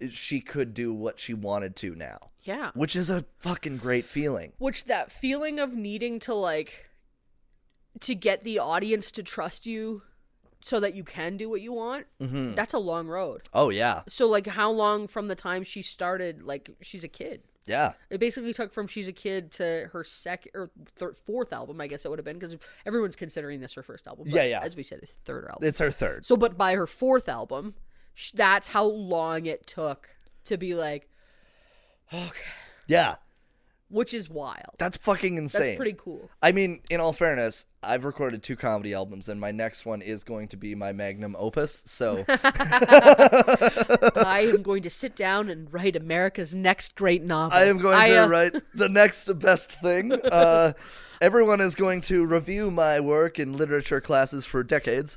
Speaker 1: she could do what she wanted to now
Speaker 2: Yeah.
Speaker 1: which is a fucking great feeling
Speaker 2: Which that feeling of needing to, like, to get the audience to trust you so that you can do what you want,
Speaker 1: Mm-hmm.
Speaker 2: that's a long road.
Speaker 1: oh yeah
Speaker 2: So, like, how long from the time she started, like, she's a kid?
Speaker 1: yeah
Speaker 2: It basically took from she's a kid to her second or thir- fourth album, I guess it would have been, because everyone's considering this her first album. but
Speaker 1: Yeah, yeah.
Speaker 2: As we said, it's third album.
Speaker 1: it's her third
Speaker 2: So, but by her fourth album, sh- that's how long it took to be like,
Speaker 1: yeah
Speaker 2: which is wild.
Speaker 1: that's fucking insane
Speaker 2: That's pretty cool.
Speaker 1: I mean, in all fairness, I've recorded two comedy albums, and my next one is going to be my magnum opus. So,
Speaker 2: I am going to sit down and write America's next great novel.
Speaker 1: I am going
Speaker 2: I,
Speaker 1: to
Speaker 2: uh,
Speaker 1: write the next best thing. Uh, everyone is going to review my work in literature classes for decades.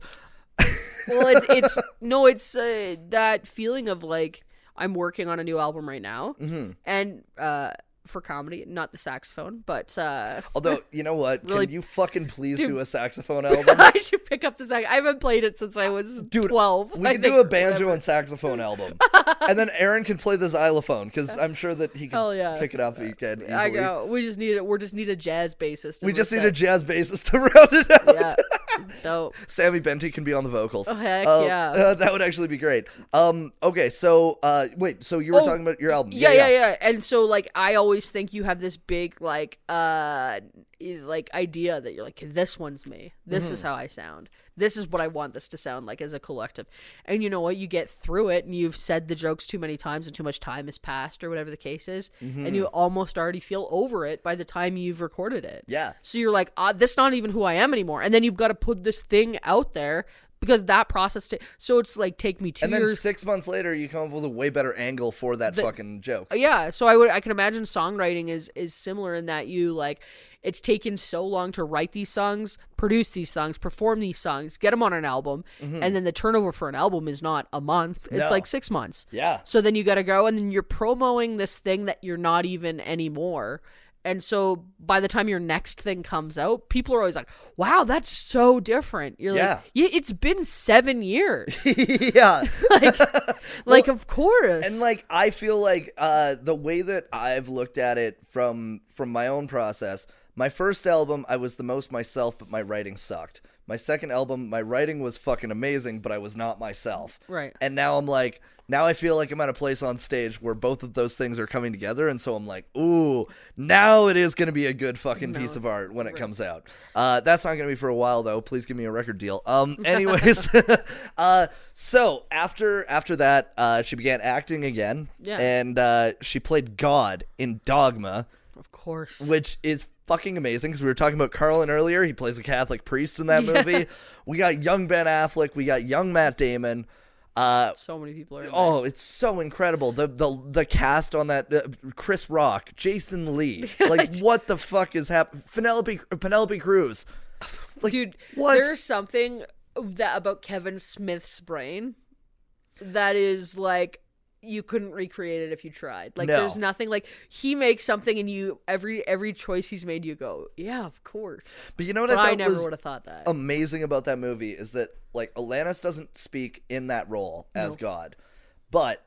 Speaker 2: well, it's it's no, it's uh, that feeling of like I'm working on a new album right now,
Speaker 1: Mm-hmm.
Speaker 2: and uh, for comedy, not the saxophone, but uh,
Speaker 1: Although, you know what?
Speaker 2: Really-
Speaker 1: Can you fucking please do a saxophone album?
Speaker 2: I should pick up the sax. I haven't played it since I was
Speaker 1: Dude,
Speaker 2: twelve.
Speaker 1: we
Speaker 2: I
Speaker 1: could
Speaker 2: think,
Speaker 1: do a
Speaker 2: or
Speaker 1: banjo
Speaker 2: whatever.
Speaker 1: and saxophone album, and then Aaron can play the xylophone because I'm sure that he
Speaker 2: Hell
Speaker 1: can
Speaker 2: yeah.
Speaker 1: pick it up. He can easily.
Speaker 2: I go. We just need it. We just need a jazz bassist. and
Speaker 1: We just
Speaker 2: we're
Speaker 1: need a
Speaker 2: set.
Speaker 1: jazz bassist to round it out.
Speaker 2: yeah. So
Speaker 1: Sammy Benty can be on the vocals. Oh
Speaker 2: heck yeah.
Speaker 1: that would actually be great. Um, okay, so uh, wait, so you were
Speaker 2: Oh,
Speaker 1: talking about your album?
Speaker 2: yeah, yeah, yeah, And so like I always think you have this big like uh i- like idea that you're like "Okay, this one's me. This is how I sound. This is what I want this to sound like as a collective. And you know what? You get through it and you've said the jokes too many times and too much time has passed or whatever the case is and you almost already feel over it by the time you've recorded it.
Speaker 1: Yeah.
Speaker 2: So you're like, ah, that's not even who I am anymore. And then you've got to put this thing out there because that process. ta- so it's like take me two
Speaker 1: And then
Speaker 2: years.
Speaker 1: six months later, you come up with a way better angle for that fucking joke.
Speaker 2: yeah so i would i can imagine songwriting is is similar in that you like it's taken so long to write these songs produce these songs perform these songs get them on an album and then the turnover for an album is not a month it's
Speaker 1: Mm-hmm. No.
Speaker 2: like six months
Speaker 1: Yeah.
Speaker 2: so then you gotta go and then you're promoting this thing that you're not even anymore and so by the time your next thing comes out people are always like wow that's so different you're
Speaker 1: Yeah.
Speaker 2: like yeah it's been seven years
Speaker 1: yeah.
Speaker 2: like of course
Speaker 1: And like I feel like uh the way that I've looked at it from from my own process, My first album, I was the most myself, but my writing sucked. My second album, my writing was fucking amazing, but I was not myself.
Speaker 2: Right.
Speaker 1: And now I'm like, now I feel like I'm at a place on stage where both of those things are coming together. And so I'm like, ooh, now it is going to be a good fucking piece of art when it comes out. Uh, that's not going to be for a while, though. Please give me a record deal. Um, anyways, uh, so after after that, uh, she began acting again.
Speaker 2: Yeah.
Speaker 1: And uh, she played God in Dogma
Speaker 2: Of course.
Speaker 1: which is fucking amazing because we were talking about Carlin earlier. He plays a Catholic priest in that movie. We got young Ben Affleck. We got young Matt Damon. Uh,
Speaker 2: So many people are. in there.
Speaker 1: oh, it's so incredible. The the the cast on that uh, Chris Rock, Jason Lee. Like what the fuck is happening? Penelope Penelope Cruz. Like,
Speaker 2: dude,
Speaker 1: what?
Speaker 2: there's something that about Kevin Smith's brain that is like you couldn't recreate it if you tried. Like
Speaker 1: No.
Speaker 2: there's nothing like he makes something and you every every choice he's made you go, yeah, of course.
Speaker 1: But you know what
Speaker 2: But
Speaker 1: I
Speaker 2: I,
Speaker 1: thought
Speaker 2: never
Speaker 1: was um,
Speaker 2: would have thought that.
Speaker 1: amazing about that movie is that like Alanis doesn't speak in that role as God, but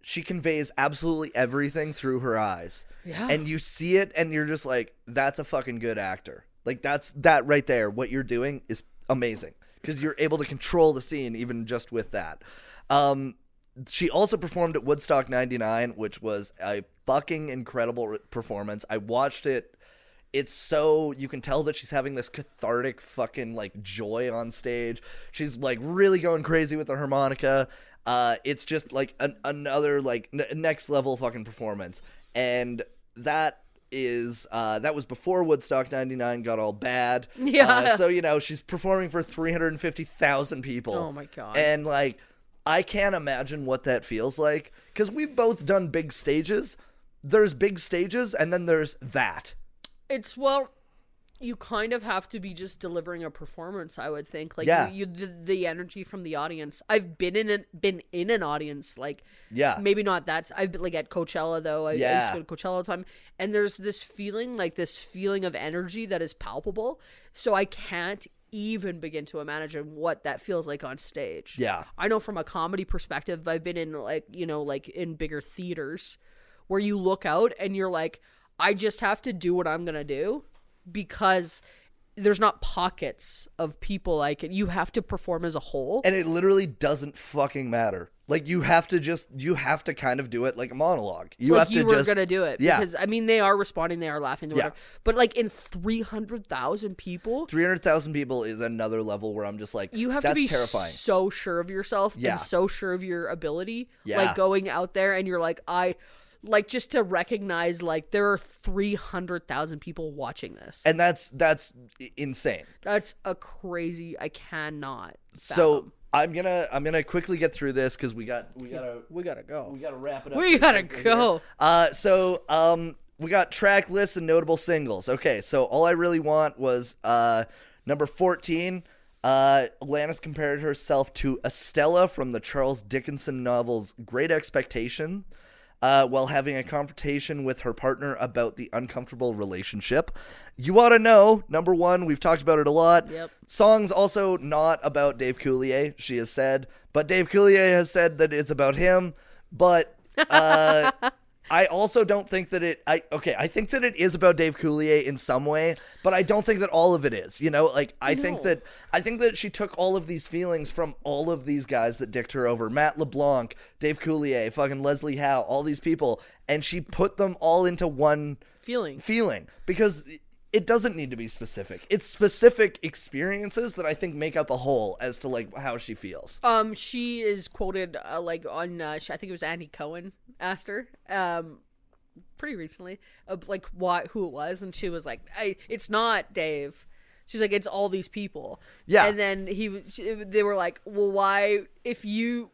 Speaker 1: she conveys absolutely everything through her eyes.
Speaker 2: Yeah.
Speaker 1: And you see it and you're just like, that's a fucking good actor. Like that's that right there. What you're doing is amazing. Because you're able to control the scene even just with that. Um she also performed at Woodstock 99, which was a fucking incredible re- performance. I watched it it's so you can tell that she's having this cathartic fucking like joy on stage. She's like really going crazy with the harmonica. Uh, it's just like an, another like n- next level fucking performance, and that is uh, that was before Woodstock '99 got all bad.
Speaker 2: Yeah.
Speaker 1: Uh, so you know she's performing for 350,000 people.
Speaker 2: Oh my God.
Speaker 1: And like I can't imagine what that feels like because we've both done big stages. There's big stages, and then there's that.
Speaker 2: it's well you kind of have to be just delivering a performance i would think like
Speaker 1: Yeah.
Speaker 2: you, you the, the energy from the audience i've been in an been in an audience like
Speaker 1: Yeah.
Speaker 2: maybe not that's i've been like at coachella though i, I used
Speaker 1: Yeah.
Speaker 2: to go to coachella all the time and there's this feeling like this feeling of energy that is palpable so i can't even begin to imagine what that feels like on stage
Speaker 1: Yeah.
Speaker 2: I know from a comedy perspective, I've been in like, you know, like in bigger theaters where you look out and you're like, I just have to do what I'm going to do because there's not pockets of people like it. You have to perform as a whole.
Speaker 1: and it literally doesn't fucking matter. Like you have to just you have to kind of do it like a monologue. You
Speaker 2: like
Speaker 1: have
Speaker 2: you
Speaker 1: to
Speaker 2: were
Speaker 1: just
Speaker 2: gonna do it,
Speaker 1: Yeah.
Speaker 2: Because I mean, they are responding, they are laughing, they
Speaker 1: Yeah.
Speaker 2: whatever. But like in three hundred thousand people,
Speaker 1: three hundred thousand people is another level where I'm just like
Speaker 2: you have
Speaker 1: that's
Speaker 2: to be
Speaker 1: terrifying.
Speaker 2: so sure of yourself
Speaker 1: Yeah.
Speaker 2: and so sure of your ability
Speaker 1: Yeah.
Speaker 2: like going out there and you're like i like just to recognize like there are 300000 people watching this
Speaker 1: and that's that's i- insane.
Speaker 2: that's a crazy i cannot fathom.
Speaker 1: So I'm gonna I'm gonna quickly get through this because we got we gotta
Speaker 2: we gotta go
Speaker 1: we gotta wrap it up.
Speaker 2: we gotta go
Speaker 1: Uh, so um, we got track lists and notable singles. Okay, so all I really want was uh, number fourteen. Uh, Alanis compared herself to Estella from the Charles Dickinson novels Great Expectation, uh, while having a confrontation with her partner about the uncomfortable relationship. You ought to know, number one, we've talked about it a lot.
Speaker 2: Yep.
Speaker 1: Song's also not about Dave Coulier, she has said, but Dave Coulier has said that it's about him. But uh, I also don't think that it. I okay. I think that it is about Dave Coulier in some way, but I don't think that all of it is. You know, like I think
Speaker 2: No.
Speaker 1: that I think that she took all of these feelings from all of these guys that dicked her over: Matt LeBlanc, Dave Coulier, fucking Leslie Howe, all these people, and she put them all into one
Speaker 2: feeling
Speaker 1: feeling because it doesn't need to be specific. It's specific experiences that I think make up a whole as to like how she feels.
Speaker 2: um she is quoted uh, like on uh, sh- i think it was andy cohen asked her um pretty recently of like what who it was and she was like I, it's not dave she's like it's all these people
Speaker 1: Yeah.
Speaker 2: and then he w- she, they were like well why if you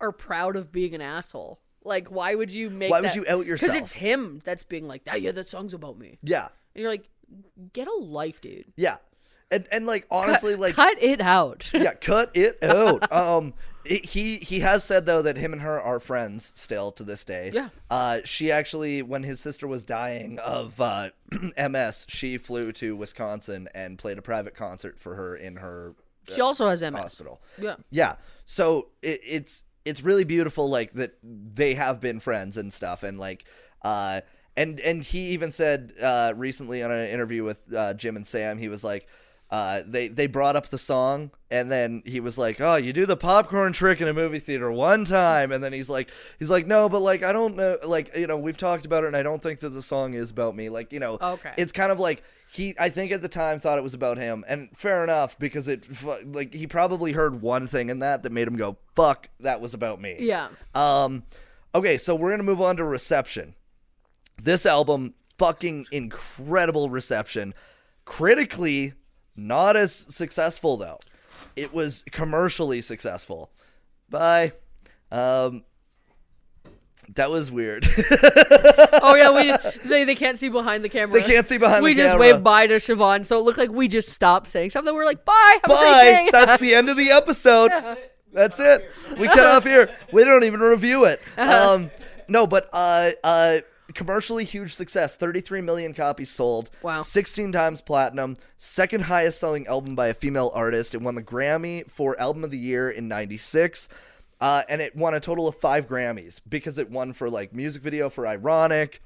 Speaker 2: are proud of being an asshole like why would you make
Speaker 1: Why would you out yourself?
Speaker 2: because it's him that's being like oh, yeah that song's about me
Speaker 1: Yeah,
Speaker 2: and you're like get a life dude
Speaker 1: yeah, and and like honestly, like
Speaker 2: cut it out
Speaker 1: yeah, cut it out. Um, it- he he has said though that him and her are friends still to this day.
Speaker 2: Yeah.
Speaker 1: Uh, she actually, when his sister was dying of uh, MS, she flew to Wisconsin and played a private concert for her in her uh,
Speaker 2: she also has ms
Speaker 1: hospital.
Speaker 2: yeah
Speaker 1: Yeah. So it, it's it's really beautiful, like that they have been friends and stuff, and like, uh, and and he even said uh, recently on an interview with uh, Jim and Sam, he was like, uh, they they brought up the song, and then he was like, "Oh, you do the popcorn trick in a movie theater one time," and then he's like, he's like, "No, but like I don't know, like you know, we've talked about it, and I don't think that the song is about me, like you know,
Speaker 2: Okay.
Speaker 1: it's kind of like." He, I think at the time thought it was about him, and fair enough because it, fu- like, he probably heard one thing in that that made him go, "Fuck, that was about me."
Speaker 2: Yeah.
Speaker 1: Um, okay, so we're gonna move on to reception. This album, fucking incredible reception. Critically, not as successful though. It was commercially successful. Bye. Um, that was weird.
Speaker 2: Oh yeah, we they, they can't see behind the camera.
Speaker 1: they can't see behind
Speaker 2: we
Speaker 1: the
Speaker 2: just
Speaker 1: camera.
Speaker 2: waved bye to Siobhan, so it looked like we just stopped saying something. We're like, bye, have a
Speaker 1: Bye.
Speaker 2: great day.
Speaker 1: That's the end of the episode. That's it. We cut off here. We don't even review it.
Speaker 2: Uh-huh.
Speaker 1: Um, no, but uh, uh, commercially huge success. Thirty-three million copies sold.
Speaker 2: Wow.
Speaker 1: Sixteen times platinum. Second highest selling album by a female artist. It won the Grammy for Album of the Year in '96. Uh, and it won a total of five Grammys because it won for like music video for Ironic,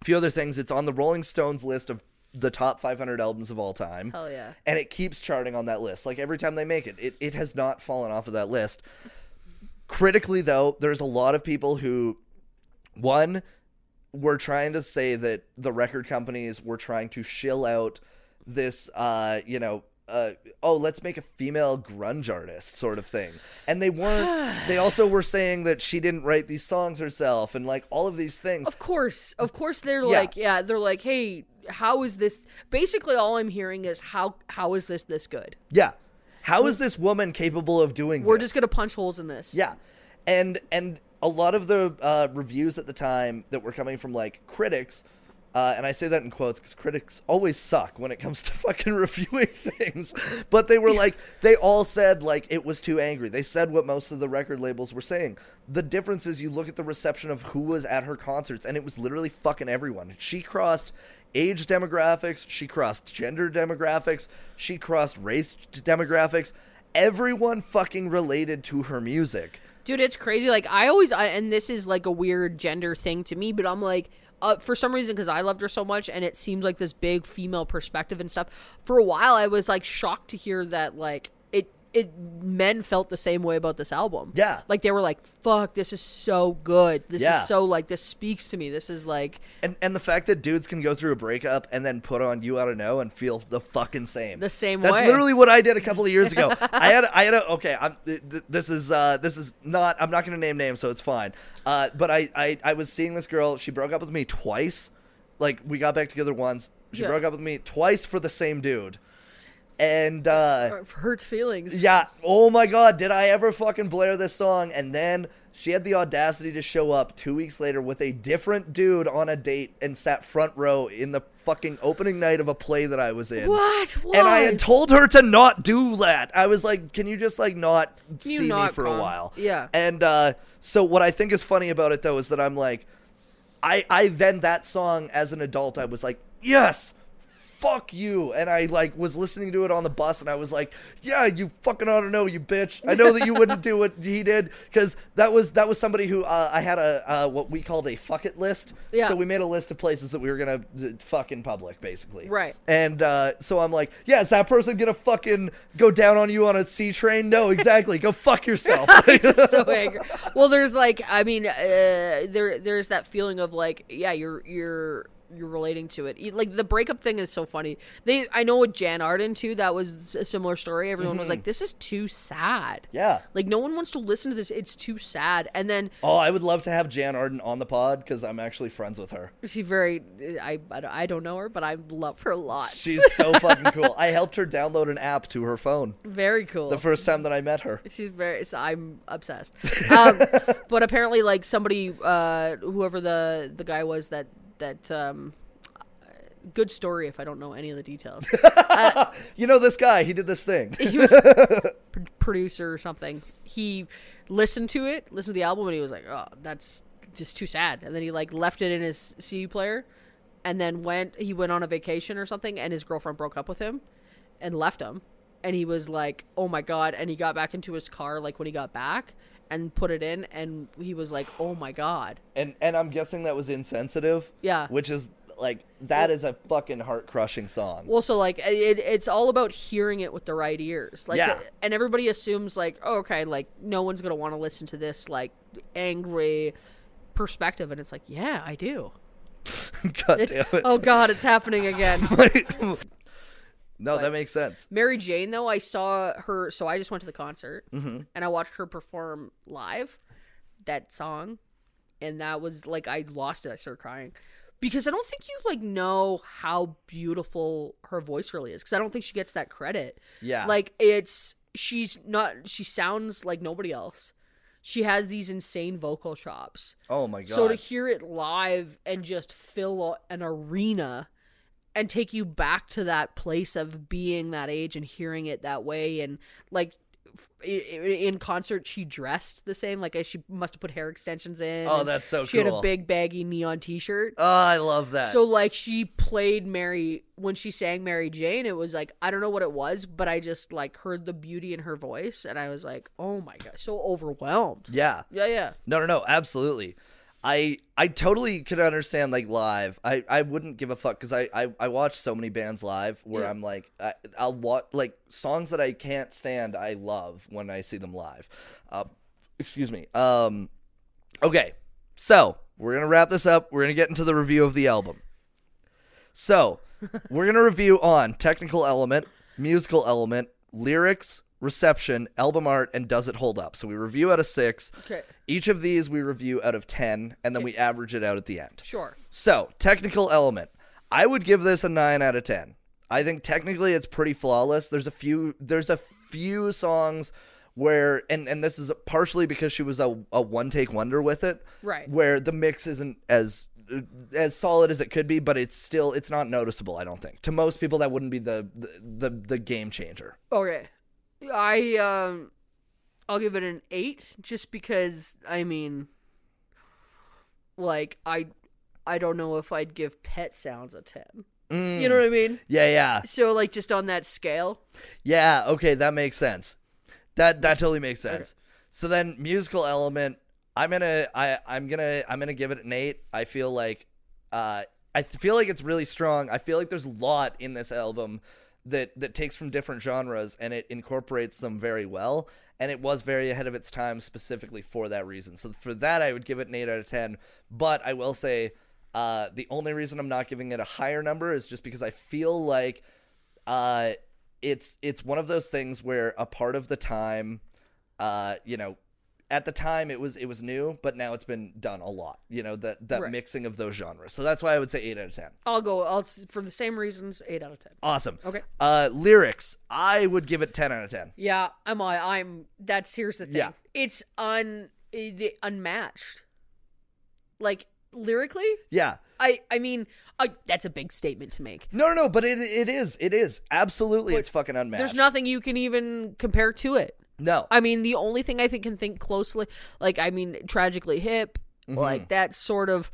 Speaker 1: a few other things. It's on the Rolling Stones list of the top 500 albums of all time.
Speaker 2: Hell yeah.
Speaker 1: And it keeps charting on that list. Like every time they make it, it, it has not fallen off of that list. Critically, though, there's a lot of people who, one, were trying to say that the record companies were trying to shill out this, uh, you know, uh, oh, let's make a female grunge artist sort of thing. And they weren't, they also were saying that she didn't write these songs herself and like all of these things.
Speaker 2: Of course, of course, they're like, yeah, they're like, hey, how is this? Basically, all I'm hearing is how how is this this good?
Speaker 1: Yeah. How is this woman capable of doing
Speaker 2: We're
Speaker 1: this?
Speaker 2: just gonna punch holes in this.
Speaker 1: Yeah, and and a lot of the uh, reviews at the time that were coming from like critics, uh, and I say that in quotes because critics always suck when it comes to fucking reviewing things. But they were like, they all said like it was too angry. They said what most of the record labels were saying. The difference is you look at the reception of who was at her concerts, and it was literally fucking everyone. She crossed age demographics, she crossed gender demographics, she crossed race demographics everyone fucking related to her music.
Speaker 2: Dude, it's crazy. Like I always, I, and this is like a weird gender thing to me, but I'm like, uh, for some reason, because I loved her so much, and it seems like this big female perspective and stuff. For a while, I was like shocked to hear that like it, it men felt the same way about this album.
Speaker 1: Yeah.
Speaker 2: like they were like, "Fuck, this is so good. This
Speaker 1: Yeah.
Speaker 2: is so like this speaks to me. This is like."
Speaker 1: And and the fact that dudes can go through a breakup and then put on You Oughta Know and feel the fucking same.
Speaker 2: The same
Speaker 1: That's
Speaker 2: way.
Speaker 1: literally what I did a couple of years ago. I had I had a okay, I'm th- th- this is uh this is not I'm not going to name names so it's fine. Uh but I, I I was seeing this girl, she broke up with me twice. Like we got back together once. She
Speaker 2: Yeah.
Speaker 1: broke up with me twice for the same dude. And uh
Speaker 2: hurts feelings.
Speaker 1: Yeah. Oh my God. Did I ever fucking blare this song? And then she had the audacity to show up two weeks later with a different dude on a date and sat front row in the fucking opening night of a play that I was in.
Speaker 2: What? Why?
Speaker 1: And I had told her to not do that. I was like, "Can you just like not
Speaker 2: you
Speaker 1: see me
Speaker 2: not
Speaker 1: for
Speaker 2: come?
Speaker 1: a while?"
Speaker 2: Yeah.
Speaker 1: And uh, so what I think is funny about it though is that I'm like, I I then that song as an adult I was like, yes. Fuck you. And I like was listening to it on the bus and I was like, yeah, you fucking ought to know, you bitch. I know that you wouldn't do what he did because that was that was somebody who uh, I had a uh, what we called a fuck it list.
Speaker 2: Yeah.
Speaker 1: So we made a list of places that we were going to fuck in public basically.
Speaker 2: Right.
Speaker 1: And uh, so I'm like, yeah, is that person gonna fucking go down on you on a C train? No, exactly. go fuck yourself.
Speaker 2: so angry. Well, there's like, I mean, uh, there there's that feeling of like, yeah, you're you're you're relating to it. You- Like the breakup thing is so funny. They, I know with Jan Arden too, that was a similar story. Everyone was like, this is too sad.
Speaker 1: Mm-hmm. yeah.
Speaker 2: Like no one wants to listen to this. It's too sad. And then
Speaker 1: Oh, I would love to have Jan Arden on the pod because I'm actually friends with her.
Speaker 2: she very, I I don't- I don't know her, but I love her a lot.
Speaker 1: She's so fucking cool. I helped her download an app to her phone
Speaker 2: very cool.
Speaker 1: the first time that I met her.
Speaker 2: She's very. So I'm obsessed. Um, but apparently, like somebody, uh, whoever the the guy was that that um, good story. If I don't know any of the details,
Speaker 1: You know this guy? He did this thing.
Speaker 2: he was pr- producer or something. He listened to it, listened to the album, and he was like, "Oh, that's just too sad." And then he like left it in his CD player, and then went. He went on a vacation or something, and his girlfriend broke up with him, and left him. And he was like, "Oh my god!" And he got back into his car like when he got back, and put it in, and he was like, "Oh my god."
Speaker 1: and and I'm guessing that was insensitive.
Speaker 2: Yeah.
Speaker 1: which is like that is a fucking heart crushing song.
Speaker 2: Well, so like it, it's all about hearing it with the right ears, like,
Speaker 1: Yeah.
Speaker 2: and everybody assumes like, oh, okay, like no one's gonna want to listen to this like angry perspective, and it's like, yeah, I do.
Speaker 1: God
Speaker 2: It's
Speaker 1: damn it.
Speaker 2: oh god, it's happening again.
Speaker 1: no, that makes sense.
Speaker 2: Mary Jane, though, I saw her. So I just went to the concert and I watched her perform live that song, and that was like I lost it. I started crying because I don't think you like know how beautiful her voice really is because I don't think she gets that credit.
Speaker 1: Yeah.
Speaker 2: like it's she's not. She sounds like nobody else. She has these insane vocal chops.
Speaker 1: Oh my god.
Speaker 2: So to hear it live and just fill a- an arena and take you back to that place of being that age and hearing it that way and like f- i- i- in concert she dressed the same like she must have put hair extensions in
Speaker 1: oh,
Speaker 2: and
Speaker 1: that's so
Speaker 2: she
Speaker 1: cool.
Speaker 2: had a big baggy neon t-shirt
Speaker 1: Oh, I love that.
Speaker 2: so like she played Mary when she sang Mary Jane it was like I don't know what it was but I just like heard the beauty in her voice and I was like oh my god so overwhelmed
Speaker 1: yeah.
Speaker 2: yeah yeah
Speaker 1: No, no, no, absolutely. I I totally could understand like live. I I wouldn't give a fuck because I, I I watch so many bands live where
Speaker 2: Yeah.
Speaker 1: I'm like I, I'll watch like songs that I can't stand. I love when I see them live. Uh, excuse me. Um, okay, so we're gonna wrap this up. We're gonna get into the review of the album. So we're gonna review on technical element, musical element, lyrics, reception, album art, and does it hold up? So we review out of six.
Speaker 2: okay
Speaker 1: Each of these we review out of 10, and then we average it out at the end.
Speaker 2: sure
Speaker 1: So, technical element. I would give this a 9 out of 10. I think technically it's pretty flawless. There's a few there's a few songs where and and this is partially because she was a, a one take wonder with it.
Speaker 2: Right.
Speaker 1: Where the mix isn't as uh, as solid as it could be, but it's still it's not noticeable, I don't think. To most people that wouldn't be the the the, the game changer.
Speaker 2: Okay. I um I'll give it an 8 just because I mean like I I don't know if I'd give pet sounds a 10. You know what I mean?
Speaker 1: Mm, Yeah, yeah.
Speaker 2: So like just on that scale.
Speaker 1: Yeah, okay, that makes sense. That that totally makes sense. So then musical element, I'm gonna I I'm gonna I'm gonna give it an eight. I feel like uh I th- feel like it's really strong. I feel like there's a lot in this album that that takes from different genres and it incorporates them very well. And it was very ahead of its time specifically for that reason. So for that I would give it an eight out of ten. But I will say uh, the only reason I'm not giving it a higher number is just because I feel like uh, it's it's one of those things where a part of the time, uh, you know, at the time it was it was new, but now it's been done a lot. You know that that
Speaker 2: Right.
Speaker 1: mixing of those genres. So that's why I would say eight out of ten.
Speaker 2: I'll go I'll s- for the same reasons 8 out of 10.
Speaker 1: Awesome.
Speaker 2: Okay.
Speaker 1: Uh, lyrics, I would give it ten out of ten.
Speaker 2: Yeah, I'm I, I'm that's here's the thing.
Speaker 1: Yeah.
Speaker 2: It's un eh, the- unmatched. Like lyrically?
Speaker 1: Yeah.
Speaker 2: I I mean, I, that's a big statement to make.
Speaker 1: No, no, no, but it it is it is absolutely it's fucking unmatched.
Speaker 2: There's nothing you can even compare to it.
Speaker 1: no.
Speaker 2: I mean, the only thing I think can think closely, like I mean, tragically hip,
Speaker 1: Mm-hmm.
Speaker 2: like that sort of.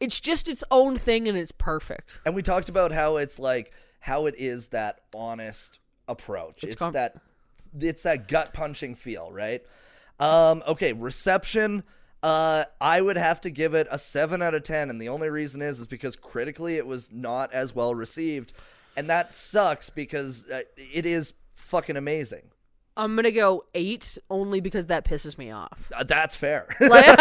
Speaker 2: It's just its own thing, and it's perfect.
Speaker 1: And we talked about how it's like how it is that honest approach. It's,
Speaker 2: com-
Speaker 1: that it's that gut punching feel, right? Um, okay, reception. Uh, I would have to give it a seven out of ten, and the only reason is is because critically it was not as well received, and that sucks because uh, it is fucking amazing.
Speaker 2: I'm gonna go eight only because that pisses me off.
Speaker 1: Uh, that's fair.
Speaker 2: Like,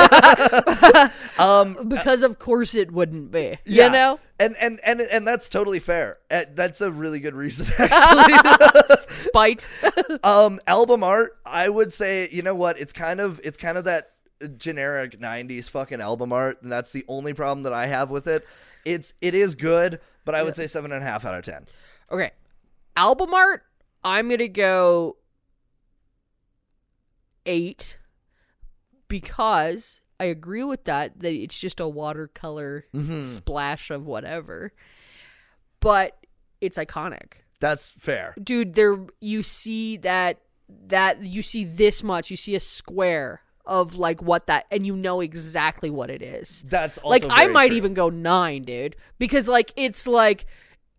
Speaker 2: because of course it wouldn't be.
Speaker 1: Um, uh, Yeah.
Speaker 2: You know,
Speaker 1: and and and and that's totally fair. Uh, That's a really good reason, actually.
Speaker 2: spite.
Speaker 1: um album art i would say you know what it's kind of it's kind of that generic 90s fucking album art and that's the only problem that i have with it it's it is good but i would say seven and a half out of ten
Speaker 2: okay, album art. I'm gonna go eight because I agree with that. That it's just a watercolor splash of whatever, but it's iconic,
Speaker 1: that's fair
Speaker 2: dude. There you see that that you see this much. You see a square of like what that, and you know exactly what it is
Speaker 1: that's also
Speaker 2: like I
Speaker 1: very
Speaker 2: might
Speaker 1: true.
Speaker 2: even go nine, dude, because like it's like,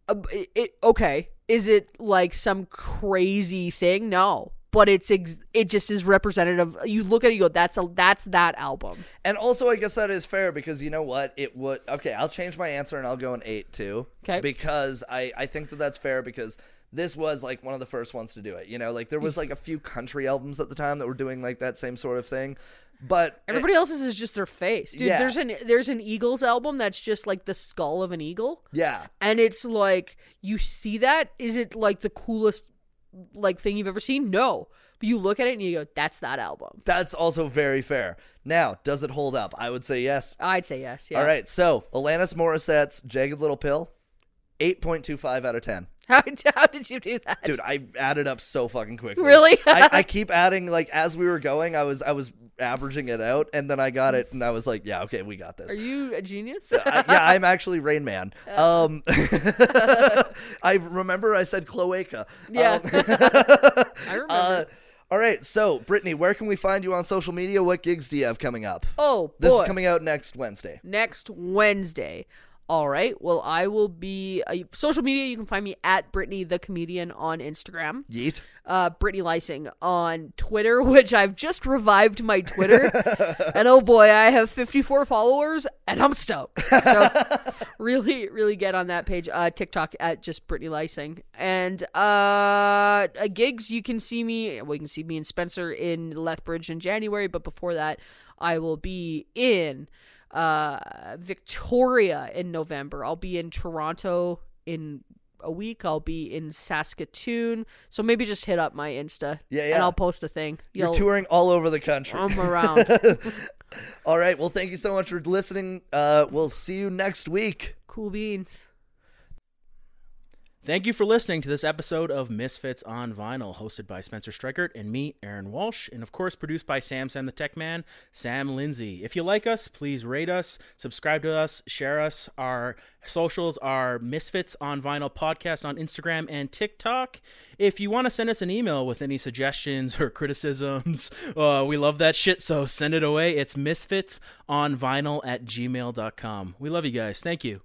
Speaker 2: uh, it, okay, is it like some crazy thing? No, but it's ex- it just is representative. You look at it, you go, that's a that's that album.
Speaker 1: And also, I guess that is fair because you know what? It would. Okay, I'll change my answer and I'll go an eight too.
Speaker 2: 'Kay.
Speaker 1: Because I I think that that's fair because this was like one of the first ones to do it. You know, like there was like a few country albums at the time that were doing like that same sort of thing, but it-
Speaker 2: Everybody else's is just their face, dude.
Speaker 1: Eh, Yeah.
Speaker 2: There's an there's an Eagles album that's just like the skull of an eagle,
Speaker 1: yeah,
Speaker 2: and it's like you see that. Is it like the coolest like thing you've ever seen? No, but you look at it and you go, that's that album.
Speaker 1: that's also very fair. Now, does it hold up? I would say yes.
Speaker 2: I'd say yes. Yeah.
Speaker 1: All right, so Alanis Morissette's "Jagged Little Pill," eight point two five out of ten.
Speaker 2: How, how did you do that?
Speaker 1: dude i added up so fucking quickly
Speaker 2: Really?
Speaker 1: I, I keep adding like as we were going i was i was averaging it out and then i got it and i was like yeah okay we got this
Speaker 2: Are you a genius?
Speaker 1: I- yeah, I'm actually Rain Man. Um, I remember I said cloaca.
Speaker 2: yeah.
Speaker 1: Um,
Speaker 2: I remember.
Speaker 1: uh, all right, so Brittany, where can we find you on social media? What gigs do you have coming up?
Speaker 2: oh,
Speaker 1: This
Speaker 2: boy.
Speaker 1: is coming out next Wednesday.
Speaker 2: next Wednesday. All right. Well, I will be uh, social media. You can find me at Brittany the comedian on Instagram,
Speaker 1: Yeet.
Speaker 2: uh, Brittany Lysing on Twitter, which I've just revived my Twitter, and oh boy, I have 54 followers, and I'm stoked. So really, really get on that page. Uh, TikTok at just Brittany Lysing, and uh, uh, gigs. You can see me. Well, you can see me and Spencer in Lethbridge in January, but before that, I will be in uh, Victoria in November. I'll be in Toronto in a week. I'll be in Saskatoon. So maybe just hit up my Insta.
Speaker 1: Yeah, yeah.
Speaker 2: And I'll post a thing.
Speaker 1: You're
Speaker 2: You'll-
Speaker 1: touring all over the country.
Speaker 2: I'm around.
Speaker 1: all right, well, thank you so much for listening. Uh, we'll see you next week.
Speaker 2: cool beans.
Speaker 3: Thank you for listening to this episode of Misfits on Vinyl, hosted by Spencer Strickert and me, Aaron Walsh, and of course produced by Sam Sam the Tech Man, Sam Lindsay. If you like us, please rate us, subscribe to us, share us. Our socials are Misfits on Vinyl podcast on Instagram and TikTok. If you want to send us an email with any suggestions or criticisms, uh, we love that shit, so send it away. It's misfitsonvinyl at gmail.com. We love you guys. Thank you.